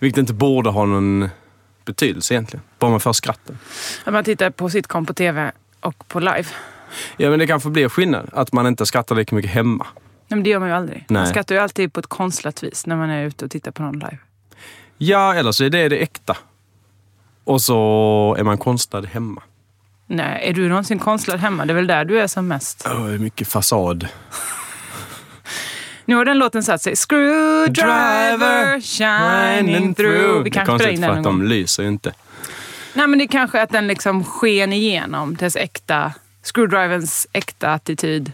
Vilket inte borde ha någon betydelse egentligen. Bara man får skratten. Att man tittar på sitcom på tv och på live. Ja, men det kanske blir skillnad. Att man inte skrattar lika mycket hemma. Nej, men det gör man ju aldrig. Man Nej. skrattar ju alltid på ett konstlat vis när man är ute och tittar på någon live. Ja, eller så är det det äkta. Och så är man konstlad hemma. Nej, är du någonsin konstlad hemma? Det är väl där du är som mest. Åh, det är mycket fasad. Nu har den låten satt sig. Screwdriver shining through. Vi Det är kanske spelar konstigt för in den att någon gång. de lyser ju inte. Nej, men det är kanske att den liksom sken igenom. Dess äkta... Screwdriverns äkta attityd.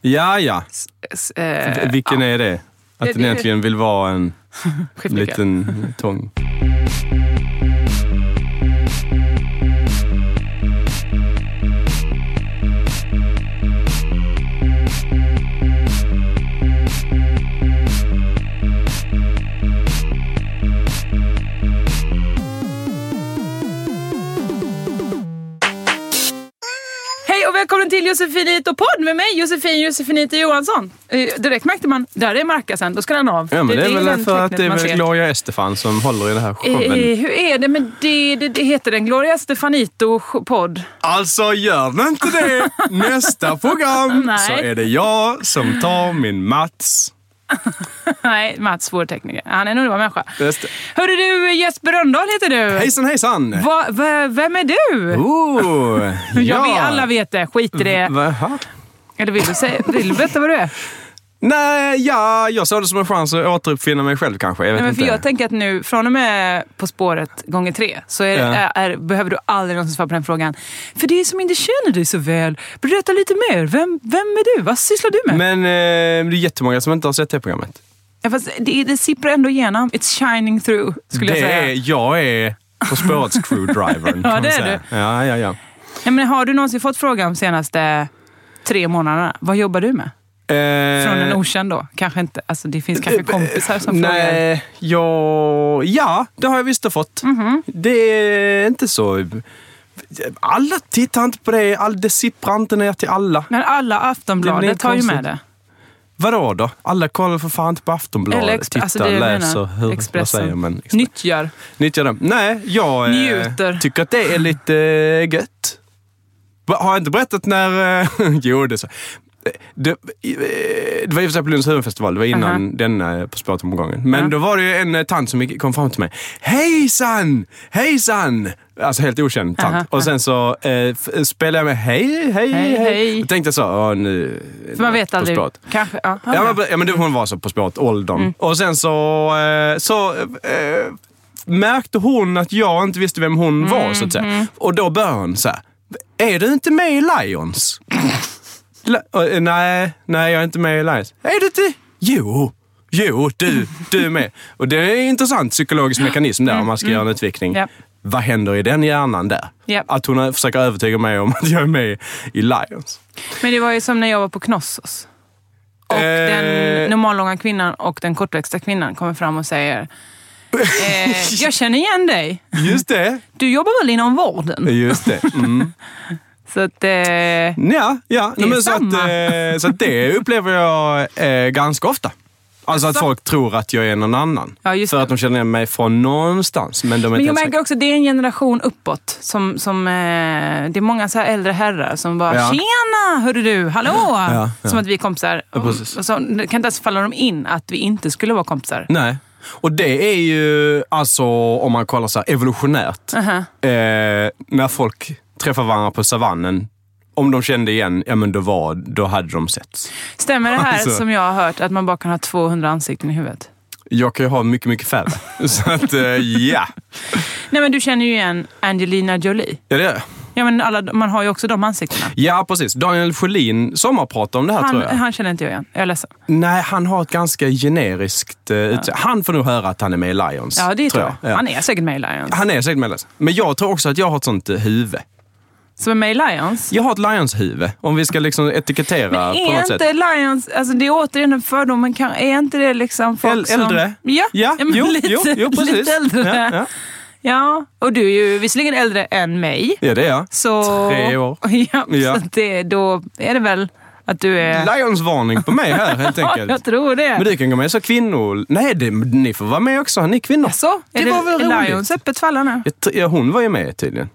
Ja, ja. S- eh, V- Vilken är det? Att det- den egentligen vill vara en skiftnyckel. liten tång. Hej och välkommen till Josefinito podd med mig Josefin Josefinito Johansson. Eh, direkt märkte man, där är Markasen, då ska den av. Ja, men det är väl den för att det tecknet är man väl ser. Gloria Estefan som håller i den här showen. Eh, hur är det med det? det, det heter den Gloria Stefanito sh- podd? Alltså, gör den inte det! Nästa program Nej. så är det jag som tar min Mats. Nej, Mats, vår tekniker. Han är en underbar människa. Just det. Hörru du, Jesper Rönndahl heter du. Hejsan, hejsan! Va, va, vem är du? Oh, ja. Jag vet, alla vet det. Skit i det. Vaha? Eller vill du, säga, vill du veta vad du är? Nej, ja, jag såg det som en chans att återuppfinna mig själv kanske. Jag vet Nej, men för inte. jag tänker att nu, från och med På spåret gånger tre, så är, Ja. är, är, behöver du aldrig någonsin svara på den frågan. För det är som inte känner dig så väl. Berätta lite mer. Vem, vem är du? Vad sysslar du med? Men eh, det är jättemånga som inte har sett det programmet. ja, fast det, det sipprar ändå igenom. It's shining through, skulle det jag säga. Är, jag är På spårets screwdrivern. Ja, kan det man är säga. Ja, ja, ja. Nej, men har du någonsin fått frågan de senaste tre månaderna? Vad jobbar du med? Eh, Från en okänd då? Kanske inte. Alltså, det finns kanske kompisar som frågar. Nej, jag... Ja, det har jag visst fått. Mhm. Det är inte så... Alla tittar inte på det. All, det sipprar inte ner till alla. Men alla Det blir Aftonbladet tar ju konstigt. med det. Vadå då? Alla kollar för fan inte på Aftonbladet. Eller ex- tittar, alltså det jag läser, menar. hur, vad Expressen. säger man? Expressen. Nyttjar. Nyttjar dem. Nej, jag eh, Njuter. tycker att det är lite eh, gött. Va, Har jag inte berättat när... eh, jo, det är så. Eh, Det, eh, det var i och för sig på Lunds huvudfestival. Det var innan denna eh, På spåret-omgången. Men Ja. då var det ju en eh, tant som gick- kom fram till mig. Hejsan! Hejsan! Alltså helt okänd tant. Aha, Och sen så eh, f- spelade jag med hej, hej, Hej, hej. hej. Då tänkte jag så, "Åh, nu... För man vet På aldrig. spåret." Kanske, ja. Mm. Ja, men, ja, men det, hon var så På spåret, åldern. Och sen så, eh, så eh, märkte hon att jag inte visste vem hon var. Så att säga. Mm, Och då började hon så här. Är du inte med i Lions? La- och, eh, nej, nej, jag är inte med i Lions. Är du inte? Jo. Jo, du, du är med. Och det är en intressant psykologisk mekanism där om man ska göra en utvikning. Mm, Ja. Vad händer i den hjärnan där? Ja. Att hon försöker övertyga mig om att jag är med i Lions. Men det var ju som när jag var på Knossos. Och Eh. den normallånga kvinnan och den kortväxta kvinnan kommer fram och säger eh, Jag känner igen dig. Just det, Du jobbar väl inom vården? just det. Mm. Så att, eh, Ja, ja. Det är Nej, men så, att, samma. eh, så att det upplever jag eh, ganska ofta. Alltså att Asså? folk tror att jag är någon annan. Ja, just för det. att de känner igen mig från någonstans. Men de är men inte jag helt märker också att det är en generation uppåt. Som, som, eh, det är många så här äldre herrar som bara Ja. “Tjena, hörru du, hallå!” ja. Som att vi är kompisar. precis. Och så, det kan inte ens falla dem in att vi inte skulle vara kompisar. säkra. Nej. Och det är ju, alltså om man kollar så här, evolutionärt. Aha. eh, när folk träffar varandra på savannen, om de kände igen, ja men då var, då hade de sett. Stämmer det här Alltså. som jag har hört, att man bara kan ha 200 ansikten i huvudet? Jag kan ju ha mycket, mycket färre. så att, eh, ja. Nej men du känner ju igen Angelina Jolie. Ja, det gör jag. Ja, men alla, man har ju också de ansiktena. Ja, precis. Daniel Sjölin sommarpratade om det här Han, tror jag. han känner inte jag igen. Jag är ledsen. Nej, han har ett ganska generiskt eh, utseende. Han får nog höra att han är med i Lions. Ja, det tror jag. Ja. Han är säkert med i Lions. Han är säkert med i Lions. Men jag tror också att jag har ett sånt eh, huvud. Som är med i Lions. Jag har ett Lions-huvud. Om vi ska liksom etikettera på Är något inte sätt. Lions, alltså det är återigen en fördom, men kan, är inte det liksom folk Äl- äldre? Som, ja, ja. men jo, lite, jo, jo, precis. lite äldre. Ja, ja. Ja, och du är ju visserligen äldre än mig. ja, det är jag. Så, Tre år. Ja, Ja. Så det, då är det väl att du är... Lions-varning på mig här helt Ja, enkelt. jag tror det. Men du kan gå med så kvinnor... Nej, det, ni får vara med också. Ni är kvinnor. Så, är det, var väl är roligt? Lions öppet för alla nu? Jag tr- Ja, hon var ju med tydligen.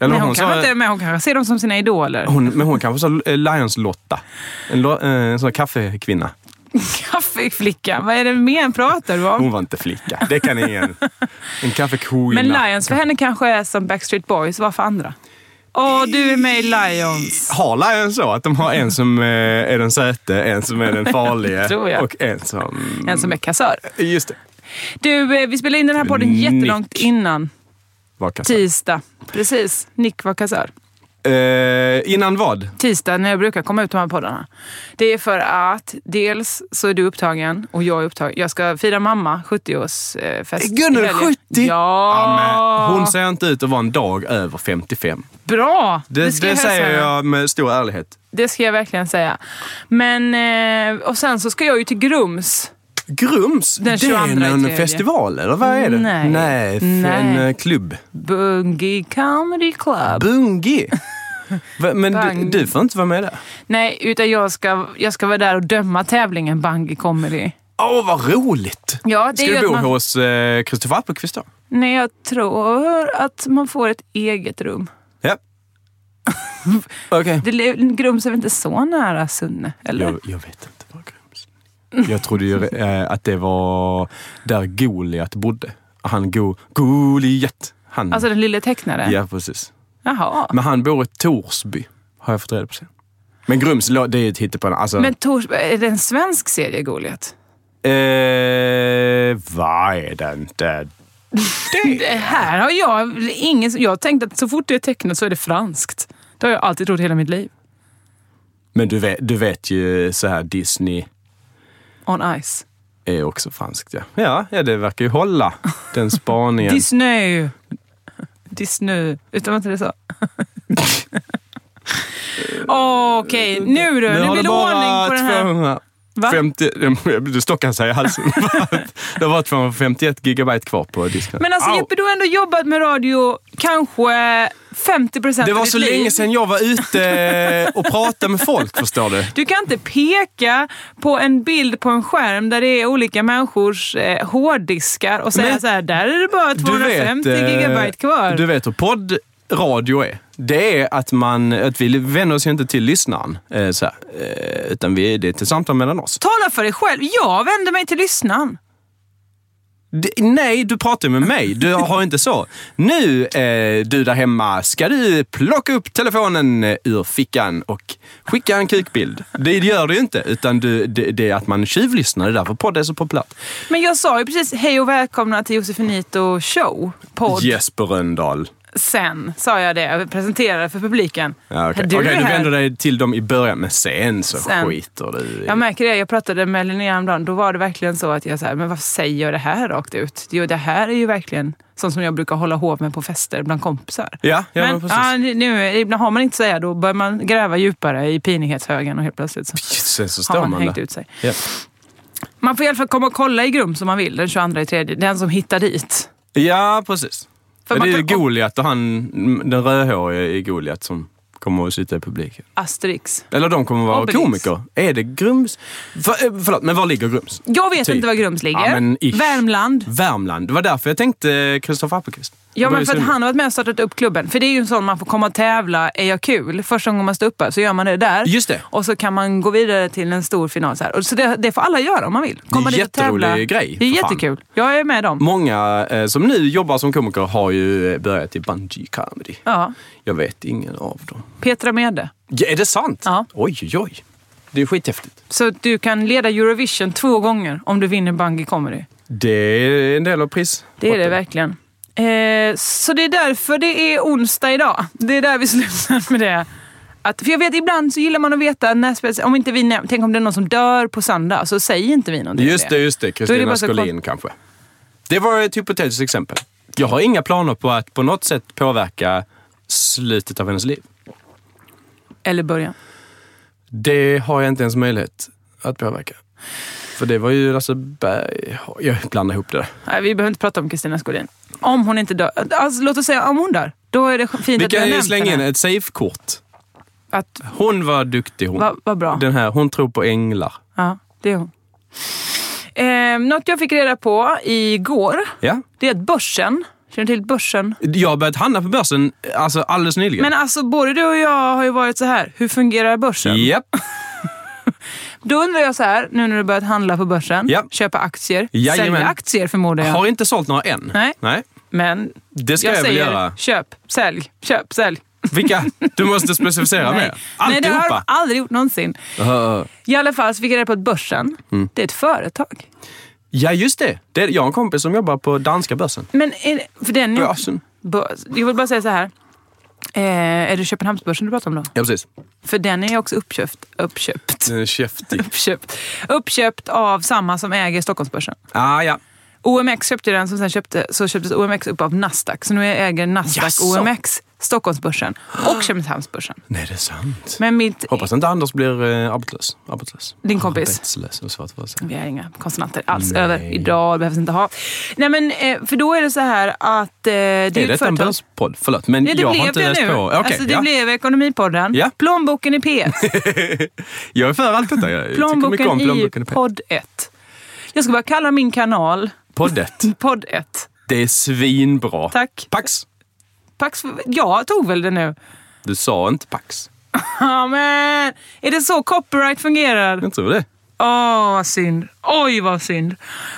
Eller Men hon, kanske sa- inte är med, hon kanske ser dem som sina idoler. hon, men hon kanske sa eh, Lions-Lotta. En, lo- eh, en sån här kaffekvinna. Kaffeflicka, vad är det mer pratar du om? Hon var inte flicka. Det kan ingen. En kaffekvinna. Oh. Men Lions för henne kanske är som Backstreet Boys var för andra. Åh, du är med i Lions. Har Lions så att de har en som eh, är den söte, en som är den Det tror farlige jag. och en som... En som är kassör. Just det. Du, eh, vi spelade in den här podden Nick. jättelångt innan. Var kassör. Tisdag. Precis. Nick var kassör. Eh, innan vad? Tisdag när jag brukar komma ut de här poddarna. Det är för att dels så är du upptagen och jag är upptagen. Jag ska fira mamma 70-årsfest. Gunnel, i helgen. 70? Ja! men hon ser inte ut att vara en dag över 55. Bra! Det, det, ska jag hälsa säger henne. jag med stor ärlighet. Det ska jag verkligen säga. Men, eh, och sen så ska jag ju till Grums. Grums? Den det är 22 i en tredje. festival, eller vad är det? Nej. Nej, f- en Nej. eh, klubb. Bungy Comedy Club. Bungi. Va, Men Bang. du, du får inte vara med där. Nej, utan jag ska, jag ska vara där och döma tävlingen Bungy Comedy. Åh, vad roligt! Ja, det Ska är ju du att bo man- hos eh, Kristoffer Appelqvist då? Nej, jag tror att man får ett eget rum. Ja. Okej. Det, le- Grums är väl inte så nära Sunne? Eller? Jag, jag vet inte var Grums Jag trodde ju eh, att det var där Goliat bodde. Han Go... Goliat. Han. Alltså den lille tecknaren? ja, precis. Jaha. Men han bor i Torsby, har jag fått reda på sen. Men Grums, lå- det är ju ett hittepå. Alltså, Men Tors, är det en svensk serie, Goliat? Eh, vad är det inte? Det här har jag ingen... Jag tänkte att så fort det är tecknat så är det franskt. Det har jag alltid trott hela mitt liv. Men du vet, du vet ju så här Disney On Ice. är också franskt ja. Ja, ja det verkar ju hålla den spaningen. Disney. Disney. Utan vad inte det så? Okej, nu du. Nu, blir det ordning på den här. 200 Va? 50, du stockar sig i halsen. det var 251 gigabyte kvar på disken. Men alltså Au. Jeppe, du har ändå jobbat med radio kanske 50 procent det av var ditt så liv. länge sedan jag var ute och pratade med folk, förstår du. Du kan inte peka på en bild på en skärm där det är olika människors eh, hårddiskar och säga Men- så här, där är det bara Du vet, 250 eh, gigabyte kvar. Du vet hur poddradio är. Det är att, man, att vi vänder oss ju inte till lyssnaren, eh, så här, eh, utan vi, det är ett samtal mellan oss. Tala för dig själv. Jag vänder mig till lyssnaren. D- nej, du pratar ju med mig. Du har inte så. Nu, eh, du där hemma, ska du plocka upp telefonen eh, ur fickan och skicka en kukbild. Det gör du ju inte, utan du, det, det är att man tjuvlyssnar. Det är därför podd är så populärt. Men jag sa ju precis hej och välkomna till Josefinito show, podd. Jesper Rönndahl. Sen sa jag det, jag presenterade för publiken. Ja, Okej, Du Okej, är du här. vänder dig till dem i början, men sen så Sen. skiter du i Jag märker det, jag pratade med Linnea häromdagen. Då var det verkligen så att jag sa, men varför säger jag det här rakt ut? Jo, det här är ju verkligen sånt som jag brukar hålla hov med på fester bland kompisar. Ja, ja, men precis. ja, nu, ibland har man inte säga, då börjar man gräva djupare i pinighetshögen och helt plötsligt så Sen så har står man, man hängt där. ut sig. Ja. Man får i alla fall komma och kolla i Grum som man vill den 22 i tredje. Den som hittar dit. ja, precis. För Ja, man det är ju kan- Goliat och han, den rödhårige i Goliat som kommer att sitta i publiken. Asterix. Eller de kommer att vara Obelix. komiker. Är det Grums? För, eh, förlåt, men var ligger Grums? Jag vet Typ. inte var Grums ligger. Ja, men ish. Värmland. Värmland. Det var därför jag tänkte Kristoffer Appelqvist. Ja, Det var ju men för att synd. han har varit med och startat upp klubben. För det är ju en sån man får komma och tävla. Är jag kul? Första gången man står uppe så gör man det där. Just det. Och så kan man gå vidare till en stor final. Så, här. Och så det, det får alla göra om man vill. Komma dit och jätterolig tävla. grej, Det är för fan. jättekul. Jag är med dem. Många eh, som nu jobbar som komiker har ju eh, börjat i bungee comedy. Ja. Jag vet ingen av dem. Petra Mede. Ja, är det sant? Ja. Oj, oj, oj. Det är skithäftigt. Så du kan leda Eurovision två gånger om du vinner Bungy Comedy. Det är en del av pris. Det är det verkligen. Eh, så det är därför det är onsdag idag. Det är där vi slutar med det. Att, för jag vet, ibland så gillar man att veta när spelet... Om inte vi näm- tänk om det är någon som dör på söndag, så säg inte vi någonting. om Just det, just det. bara Kristina så kort- Skolin kanske. Det var ett hypotetiskt exempel. Jag har inga planer på att på något sätt påverka slutet av hennes liv. Eller början. Det har jag inte ens möjlighet att påverka. För det var ju Lasse Berg... Jag blandar ihop det där. Nej, vi behöver inte prata om Kristina Skolin. Om hon inte dör. Alltså, låt oss säga om hon dör. Då är det fint Vi att vi har kan ju nämnt slänga in henne. ett safe-kort. Att, Hon var duktig hon. vad, vad bra. Den här, hon tror på änglar. Ja, det är hon. Eh, något jag fick reda på igår, Ja. det är att börsen... Känner du till börsen? Jag har börjat handla på börsen alltså, alldeles nyligen. Men alltså både du och jag har ju varit så här, hur fungerar börsen? Japp. Då undrar jag så här, nu när du börjat handla på börsen, Ja. köpa aktier, Jajamän. sälja aktier förmodar jag. Har inte sålt några än. Nej. Nej. Men Det ska jag, jag väl säger, göra. köp, sälj, köp, sälj. Vilka? Du måste specificera Nej. mer. Nej, det har Ah. jag Alltihopa. aldrig gjort någonsin. Ö, I alla fall så fick jag reda på att börsen, Mm. det är ett företag. Ja, just det. det är, jag har en kompis som jobbar på danska börsen. Men är, det- för den är ju- Börsen. börs. Jag vill bara säga så här. Eh, är det Köpenhamnsbörsen du pratar om då? Ja, precis. För den är ju också uppköpt, uppköpt, Den är käftig. uppköpt, uppköpt av samma som äger Stockholmsbörsen. Ah, ja. OMX köpte den, som sen köpte, så köptes OMX upp av Nasdaq. Så nu äger Nasdaq Jaså? OMX, Stockholmsbörsen och Köpenhamnsbörsen. Nej, det är sant. Men mitt... Hoppas inte Anders blir eh, arbetslös. arbetslös. Din kompis. Arbetslös. Det var svårt för att säga. Vi har inga konsonanter alls Nej. över idag, behövs inte ha. Nej men, eh, för då är det så här att... eh, det Är ett detta en företag- börspodd? Förlåt, men Ja, det jag blev har inte det läst nu. på. Okej, alltså, det ja. blev Ekonomipodden. Ja. Plånboken i P1. Jag är för allt detta. Jag tycker mycket om Plånboken i plånboken. Pod... podd 1. Jag ska bara kalla min kanal Poddet. podd 1. Det är svinbra. Tack. Pax. Pax, jag tog väl det nu? Du sa inte Pax. Ja, men är det så copyright fungerar? Jag tror det. Åh, vad synd. Oj, vad synd.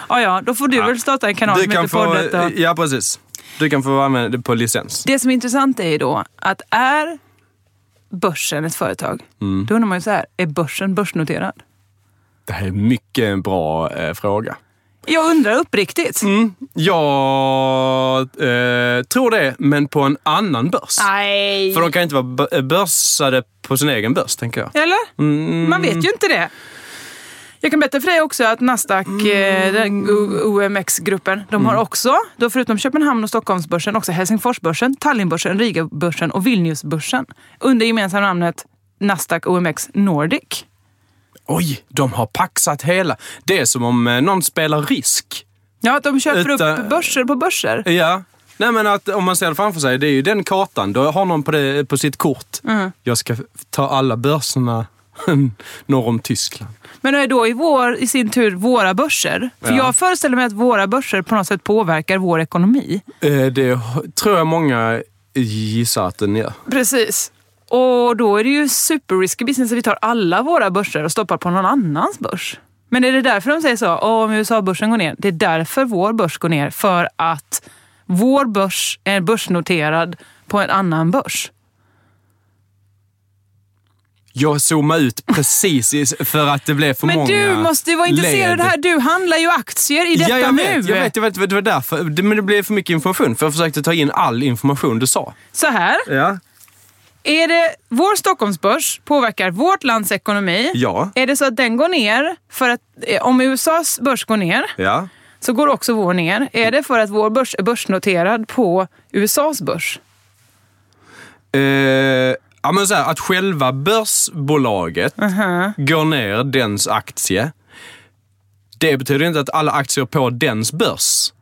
Ja, ja, då får du väl starta en kanal Du som heter kan få... Poddet då. Ja, precis. Du kan få använda det på licens. Det som är intressant är ju då att är börsen ett företag, Mm. då undrar man ju så här, är börsen börsnoterad? Det här är mycket en bra eh, fråga. Jag undrar uppriktigt. Mm. Jag eh, tror det, men på en annan börs. Nej. För de kan inte vara bö- eh, börsade på sin egen börs, tänker jag. Mm, Eller? Man vet ju inte det. Jag kan berätta för dig också att Nasdaq, Mm. eh, den O- OMX-gruppen, de har också, då förutom Köpenhamn och Stockholmsbörsen, också Helsingforsbörsen, Tallinnbörsen, Rigabörsen och Vilniusbörsen under gemensamma namnet Nasdaq OMX Nordic. Oj, de har paxat hela. Det är som om eh, någon spelar risk. Ja, de köper Utan- upp börser på börser. Ja. Nej men att om man ser det framför sig, det är ju den kartan. Då har någon på, det, på sitt kort. Mm. Jag ska ta alla börserna norr om Tyskland. Men det är då i, vår, i sin tur våra börser. För Ja. jag föreställer mig att våra börser på något sätt påverkar vår ekonomi. Eh, det h- tror jag många gissar att den gör. Precis. Och då är det ju superrisky business att vi tar alla våra börser och stoppar på någon annans börs. Men är det därför de säger så? "Åh, om USA-börsen går ner. Det är därför vår börs går ner. För att vår börs är börsnoterad på en annan börs. Jag zoomade ut precis i- för att det blev för Men många du måste ju vara intresserad av det led. här. Du handlar ju aktier i detta ja, jag nu. Vet, jag vet, jag vet. Det var därför. Det, men det blev för mycket information. För jag försökte ta in all information du sa. Så här. Ja. Är det vår Stockholmsbörs påverkar vårt lands ekonomi? Ja. Är det så att den går ner för att eh, om USAs börs går ner Ja. så går också vår ner. Är det för att vår börs är börsnoterad på USAs börs? Eh, ja men så här, att själva börsbolaget går ner dens aktie. Det betyder inte att alla aktier på dens börs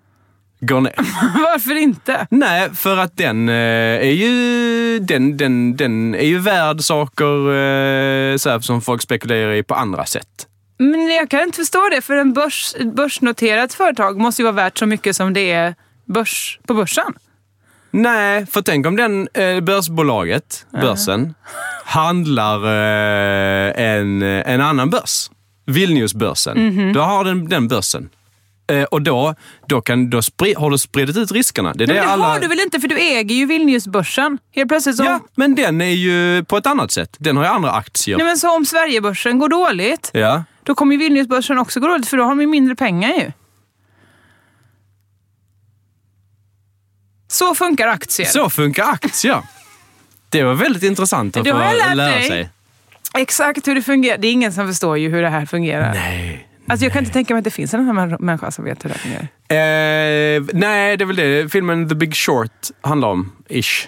går ner. Varför inte? Nej, för att den eh, är ju den, den, den är ju värd saker eh, så här, som folk spekulerar i på andra sätt. Men jag kan inte förstå det, för en börs, ett börsnoterat företag måste ju vara värt så mycket som det är börs, på börsen. Nej, för tänk om den eh, börsbolaget, börsen, handlar eh, en, en annan börs. Vilniusbörsen. Mhm. Då har den den börsen. Eh, och då, då, kan, då spri, har du spridit ut riskerna. Det är Men det det alla... har du väl inte, för du äger ju Vilniusbörsen. Helt plötsligt så... Ja, men den är ju på ett annat sätt. Den har ju andra aktier. Nej, men så om Sverigebörsen går dåligt, Ja. då kommer ju Vilniusbörsen också gå dåligt, för då har de ju mindre pengar ju. Så funkar aktier. Så funkar aktier. Det var väldigt intressant att Det få har jag lärt lära dig. sig. Exakt hur det fungerar. Det är ingen som förstår ju hur det här fungerar. Nej. Alltså jag kan inte tänka mig att det finns en män- människa som vet hur det här fungerar. Eh, nej, det är väl det filmen The Big Short handlar om. Ish.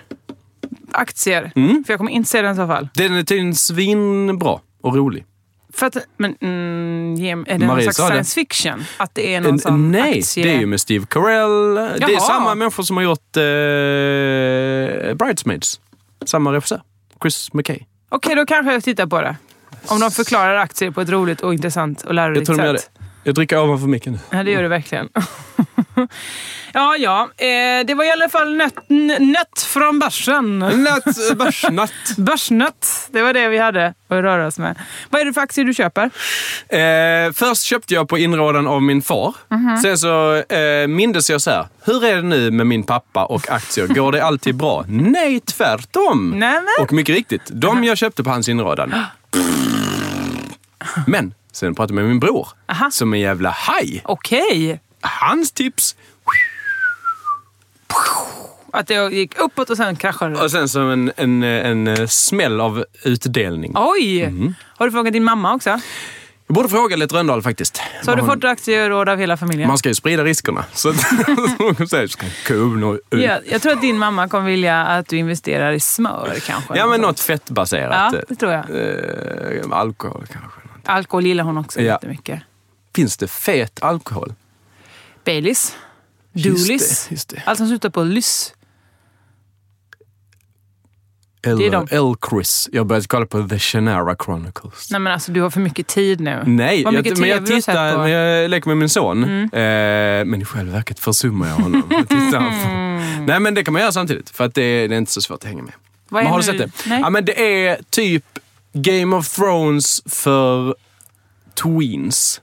Aktier. Mm. För jag kommer inte se den i så fall. Den är tydligen svinbra och rolig. För att, men mm, ge mig- är det någon Marie slags sa det. science fiction? Att det är någon Eh, sån nej, aktie... det är ju med Steve Carell. Det är Jaha. samma människor som har gjort eh, Bridesmaids. Samma regissör. Chris McKay. Okej, då kanske jag tittar på det. Om de förklarar aktier på ett roligt och intressant och Jag lärorikt tror de gör det. sätt. Jag dricker ovanför micken nu. Ja, det gör du verkligen. ja, ja. Eh, det var i alla fall nöt, n- nöt från börsen. Natt, bärs, natt. Börsnöt, det var det vi hade att röra oss med. Vad är det för aktier du köper? Eh, först köpte jag på inrådan av min far. Mhm. Sen så eh, mindes jag så här. Hur är det nu med min pappa och aktier? Går det alltid bra? Nej, tvärtom! Nämen. Och mycket riktigt, de jag köpte på hans inrådan. Men sen pratade jag med min bror, Aha. som en jävla haj. Okej, Hans tips. att det gick uppåt och sen kraschade det. Och sen som en, en, en eh, smäll av utdelning. Oj! Mhm. Har du frågat din mamma också? Jag borde fråga Lett Röndahl faktiskt. Så har du Vad hon- fått aktieråd av hela familjen? Man ska ju sprida riskerna. Så att hon kommer säga, ska kul och ut. Ja, jag tror att din mamma kommer vilja att du investerar i smör kanske. Ja, men något fettbaserat. Ja, det tror jag. Eh, alkohol kanske. Alkohol gillar hon också Ja. jättemycket. Finns det fet alkohol? Baileys. Just Dooleys. det, just det. Allt som slutar på lys. Eller Det är de. Elchris. Jag har börjat kolla på The Shannara Chronicles. Nej men alltså du har för mycket tid nu. Nej, Vad mycket jag, men jag TV du har sett Mm. tittar, på. men jag leker med min son. Eh, men i själva verket försummar jag honom. Jag tittar på. Nej, men det kan man göra samtidigt. För att det, det är inte så svårt att hänga med. Mm. Vad är men har du nu- sett det? Nej. Ja, men det är typ Game of Thrones för tweens.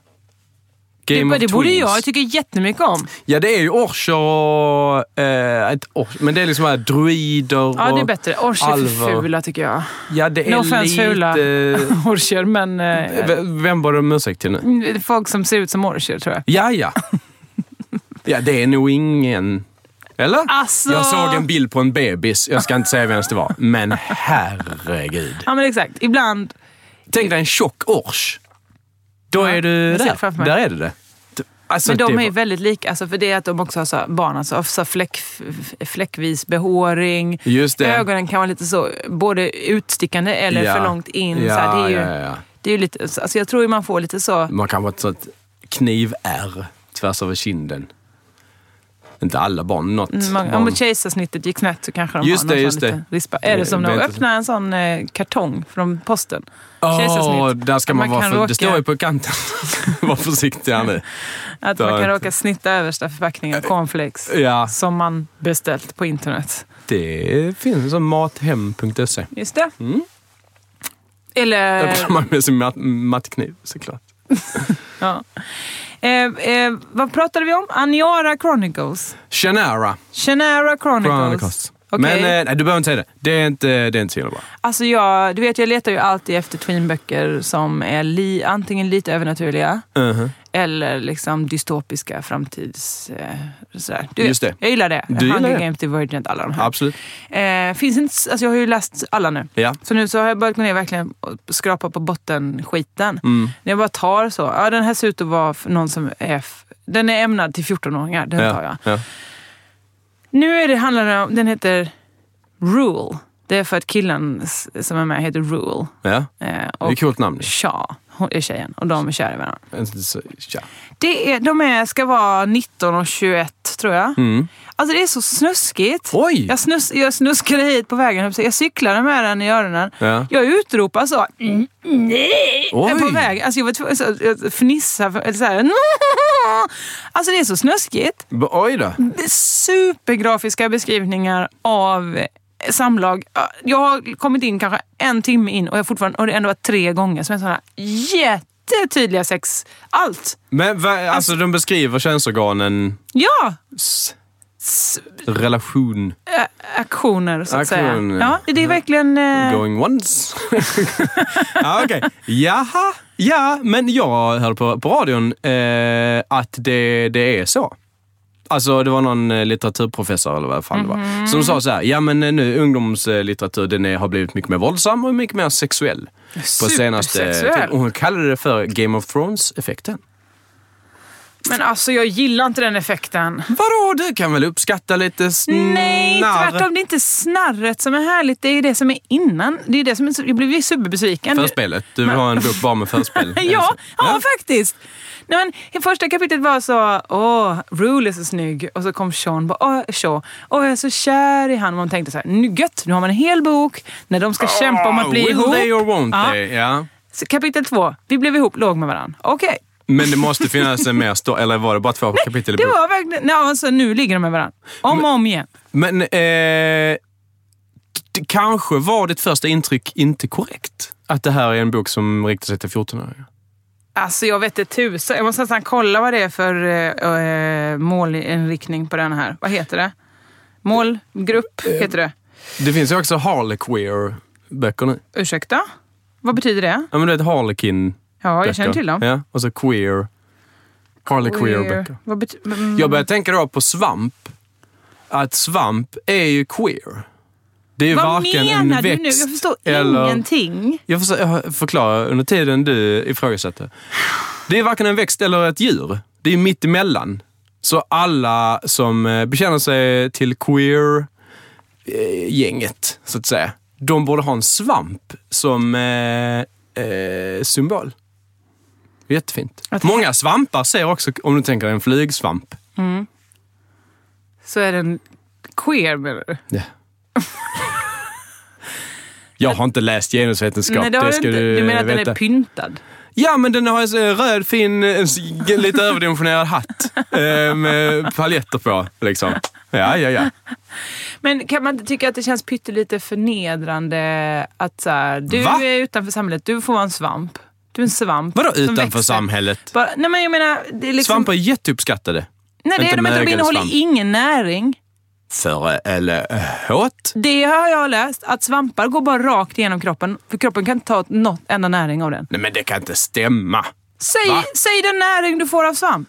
Game det, of det borde tweens. jag. Jag tycker jättemycket om. Ja, det är ju orcher och... Eh, inte orcher, men det är liksom här druider Ja, det är och bättre. Orcher är för alver. fula tycker jag. Ja, det är No offense, fula. lite... Orcher, men... Eh, V- Vem var det om ursäkt till nu? mm, folk som ser ut som orcher tror jag. Ja, ja. Ja, det är nog ingen... Eller? Alltså- Jag såg en bild på en bebis. Jag ska inte säga vems det var. Men herregud. Ja men exakt. Ibland... Tänk dig en tjock ors. Då är du jag ser det där. framför mig. Där är det det. Alltså, Men de det är ju var- väldigt lika. Alltså för det är att de också har så här barn, alltså, så här fläck, fläckvis behåring. Just det. Ögonen kan vara lite så, både utstickande eller Ja. för långt in. Ja, så här, det är ju, ja, ja. Det är ju lite, alltså jag tror ju man får lite så... Man kan vara ett sånt knivärr tvärs över kinden. Inte alla barn, något Mm, Man, om barn. kejsarsnittet gick snett så kanske de Mm. Just har någon det, sån just det. liten rispa. Är det som när Det de är inte så- öppnar en sån eh, kartong från posten? Åh, Kejsarsnitt. där ska Att man, vara kan för, råka, Det står ju på kanten. Var försiktig här nu. Att Där. man kan råka snitta översta förpackningen cornflakes Eh, Ja, som man beställt på internet. det finns som mathem.se. Just det. Mm. Eller... Öppnar man med sin mat- mattkniv såklart. Ja. Eh, eh, vad pratade vi om? Aniara Chronicles? Shannara Shannara Chronicles? Chronicles. Okej. Men eh, nej, du behöver inte säga det. Det är inte, det är inte så himla bra. Alltså jag, du vet, jag letar ju alltid efter tweenböcker som är li, antingen lite övernaturliga Mhm. eller liksom dystopiska framtids... Eh, sådär. Du Just det. Jag gillar det. Du gillar Hunger det. Games, Divergent, alla de här. Absolut. Eh, finns inte, alltså jag har ju läst alla nu. Ja. Så nu så har jag börjat gå ner verkligen och skrapa på botten skiten. Mm. När jag bara tar så. Ja, den här ser ut att vara för någon som är... f- Den är ämnad till 14-åringar, den tar jag. Ja. Nu är det, handlar det om... Den heter Rule. Det är för att killen s- som är med heter Rule. Ja. Eh, Det är ett coolt namn. Shaw hon är tjejen och de är kära i varandra. Inte så- Tja. Det är, de är, ska vara 19 och 21 tror jag. Alltså det är så snuskigt. Mm. Oj! Jag, snus, jag snuskade hit på vägen. höll jag på att säga. Jag cyklade med den i öronen. Ja. Jag utropar så. mm. Oj. På väg. Alltså jag var tvungen så- jag fnissade. Eller så här. Alltså det är så snuskigt. B- Oj då. Det är Supergrafiska beskrivningar av samlag. Jag har kommit in kanske en timme in och, jag fortfarande, och det har ändå varit tre gånger som är sådana jättetydliga sex... Allt! Men va, alltså de beskriver könsorganen, Ja! relation, Aktioner, så att Aktioner. säga. Ja, det är verkligen... eh, going once. ja, okej. Jaha. Ja, men jag hörde på, på radion eh, att det, det är så. Alltså det var någon eh, litteraturprofessor eller vad fan det Mhm. var. Som sa så här, ja men eh, nu ungdomslitteratur den är, har blivit mycket mer våldsam och mycket mer sexuell. På senaste Supersexuell. tiden. Och hon kallade det för Game of Thrones-effekten. Men alltså jag gillar inte den effekten. Vadå, du kan väl uppskatta lite snarr? Nej, alltså- tvärtom. Det är inte snarret som är härligt. Det är det som är innan. Det är det som är, jag blev ju superbesviken. Förspelet. Du vill ha en bok bara med förspel. Ja, ja, faktiskt. Nej, men, i första kapitlet var så, åh, Rule är så snygg. Och så kom Sean bara, åh, Shaw, åh, jag är så kär i han. Och man tänkte så här, nu, gött, nu har man en hel bok när de ska kämpa om att bli Ah, Will ihop. they or won't Ja. they? Ja. Så Kapitel två, vi blev ihop, låg med varandra. Okej. Men det måste finnas en mer stor... Eller var det bara två kapitel i Det boken? var verkligen... Nej, alltså, nu ligger de med varandra. Om och om igen. Men eh, d- d- kanske var ditt första intryck inte korrekt? Att det här är en bok som riktar sig till 14-åringar? Alltså jag vet inte tusan. Jag måste nästan kolla vad det är för eh, eh, målinriktning på den här. Vad heter det? Målgrupp heter det. Det finns ju också Harlequeer-böcker nu. Ursäkta? Vad betyder det? Ja, men du vet Harlequin-böcker. Ja, jag känner till dem. Ja, och så queer. Harlequeer-böcker. Vad bety- mm, Jag börjar tänka då på svamp. Att svamp är ju queer. Det är ju vad varken menar en växt du nu? Jag förstår eller... ingenting. Jag försöker förklara under tiden du ifrågasätter. Det är varken en växt eller ett djur. Det är mitt emellan. Så alla som eh, bekänner sig till queer-gänget, så att säga, de borde ha en svamp som eh, eh, symbol. Jättefint. Många svampar ser också, om du tänker en flygsvamp. Så är den queer menar du? Ja. Jag har inte läst genusvetenskap, Nej, det det, har du ska inte. du, Du menar att veta. den är pyntad? Ja, men den har en sån här röd, fin, en s- g- lite överdimensionerad hatt eh, med paljetter på. Liksom. Ja, ja, ja. Men kan man inte tycka att det känns pyttelite förnedrande att så här, du Va? är utanför samhället, du får vara en svamp. Du är en svamp. Vadå som utanför växer. samhället? Bara, nej men jag menar, det är liksom... Svampar är jätteuppskattade. Nej, det Inte är de inte. De mögel, innehåller svamp. ingen näring. Före eller åt? Det har jag läst, att svampar går bara rakt igenom kroppen. För kroppen kan inte ta något enda näring av den. Nej, men det kan inte stämma. Säg, Va? säg den näring du får av svamp.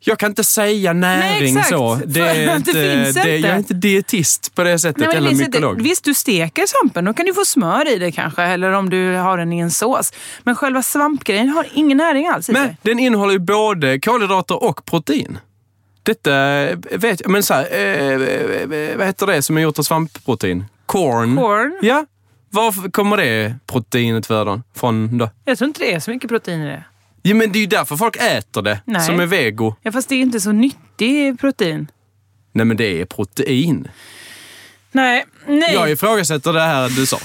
Jag kan inte säga näring exakt. så. Det är För att inte, det finns det, inte. Jag är inte dietist på det sättet, Nej, men eller visst, mykolog. det- visst, du steker svampen, då kan du få smör i det kanske. Eller om du har den i en sås. Men själva svampgrejen har ingen näring alls i Men sig. den innehåller ju både kolhydrater och protein. Detta vet jag, men så här, eh, eh, vad heter det som är gjort av svampprotein? Corn. Corn? Ja. Var kommer det proteinet från- från då? Jag tror inte det är så mycket protein i det. Ja, men det är ju därför folk äter det, Nej. som är vego. Ja, fast det är inte så nyttig protein. Nej, men det är protein. Nej, nej. Jag ifrågasätter det här du sa.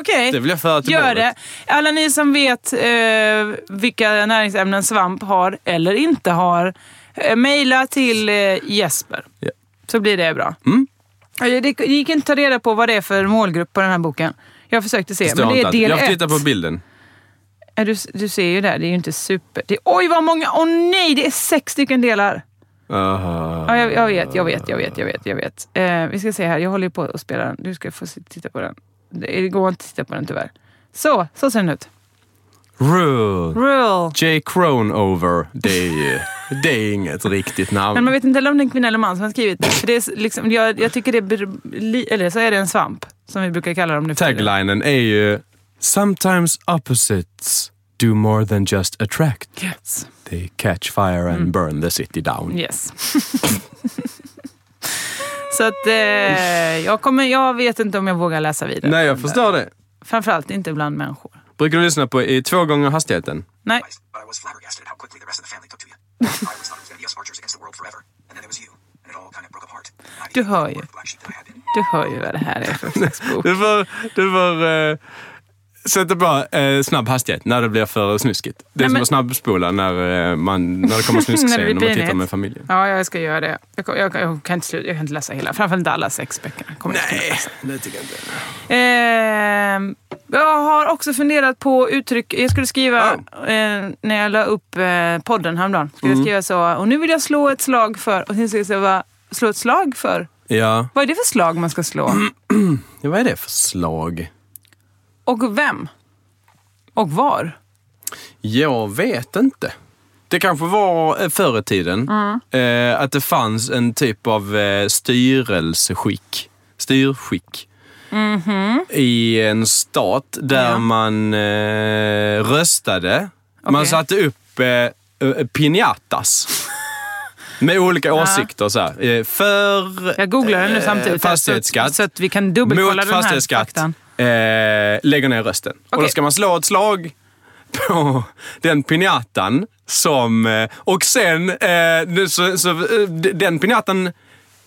Okej. Det vill jag föra till Gör bordet. det. Alla ni som vet eh, vilka näringsämnen svamp har eller inte har, eh, mejla till eh, Jesper. Ja. Mm. Så blir det bra. Eh, Det, det gick inte att ta reda på vad det är för målgrupp på den här boken. Jag försökte se, Förstår men det inte är att- del jag ett. tittar på bilden. Ja, du, du ser ju där, det är ju inte super... Det, oj, vad många! Åh nej, det är sex stycken delar. Aha. Ja, jag, jag vet, jag vet, jag vet, jag vet. Jag vet. Eh, vi ska se här, jag håller ju på att spela den. Du ska få se- titta på den. Det det går inte att titta på den tyvärr. Så, så ser den ut. Rule. Rule. J. Cronover. Det är ju... Det är inget riktigt namn. Men man vet inte heller om det är en kvinna eller man som har skrivit det. För det är s- liksom, jag, jag tycker det är... ber- li- Eller så är det en svamp, som vi brukar kalla dem nu för tiden. Taglinen är ju “Sometimes opposites do more than just attract. Yes. Mm. They catch fire and burn the city down”. yes. Så att, eh, jag, kommer, jag vet inte om jag vågar läsa vidare. Nej, jag förstår det. Framförallt inte bland människor. Brukar du lyssna på i två gånger hastigheten? Nej. realized, but I was flabbergasted how quickly the rest of the family took to you. I always thought it was going to be us archers against the world forever, and then there was you, and it all kind of broke apart. Not Du even hör the ju. black sheep that I had been. Du hör ju vad det här är för slags bok. Du får, du får eh, sätta på eh, snabb hastighet när det blir för snuskigt. Det är Nej, som men- att snabbspola när, eh, man, när det kommer Mm, När det blir snuskscen och man tittar pinigt. med familjen. Ja, jag ska göra det. Jag, kan- jag, kan- jag, kan, inte sluta, jag kan inte läsa hela. Framförallt inte alla sex böckerna. Kommer jag inte Nej, Eh, det tycker jag inte. Ehm, jag har också funderat på uttryck. Jag skulle skriva, Oh. eh, när jag la upp eh, podden häromdagen, skulle Mm. jag skriva så. Och nu vill jag slå ett slag för. Och sen skulle jag skriva, slå ett slag för. Ja. Vad är det för slag man ska slå? Mm. ja, vad är det för slag? Och vem? Och var? Jag vet inte. Det kanske var eh, förr i tiden eh, att det fanns en typ av eh, styrelseskick, styrskick i en stat där Mhm. Ja. man eh, röstade. Man Okej. satte upp eh, eh, piñatas med olika åsikter. Så här. Eh, för Jag googlar den nu eh, samtidigt. här, så att- fastighetsskatt. Så att vi kan dubbelkolla Mot den här fastighetsskatt eh, faktan. lägger ner rösten. Och då Okej. ska man slå ett slag på den pinjatan som... eh, Och sen... eh, nu Så, så, eh, d- den pinjatan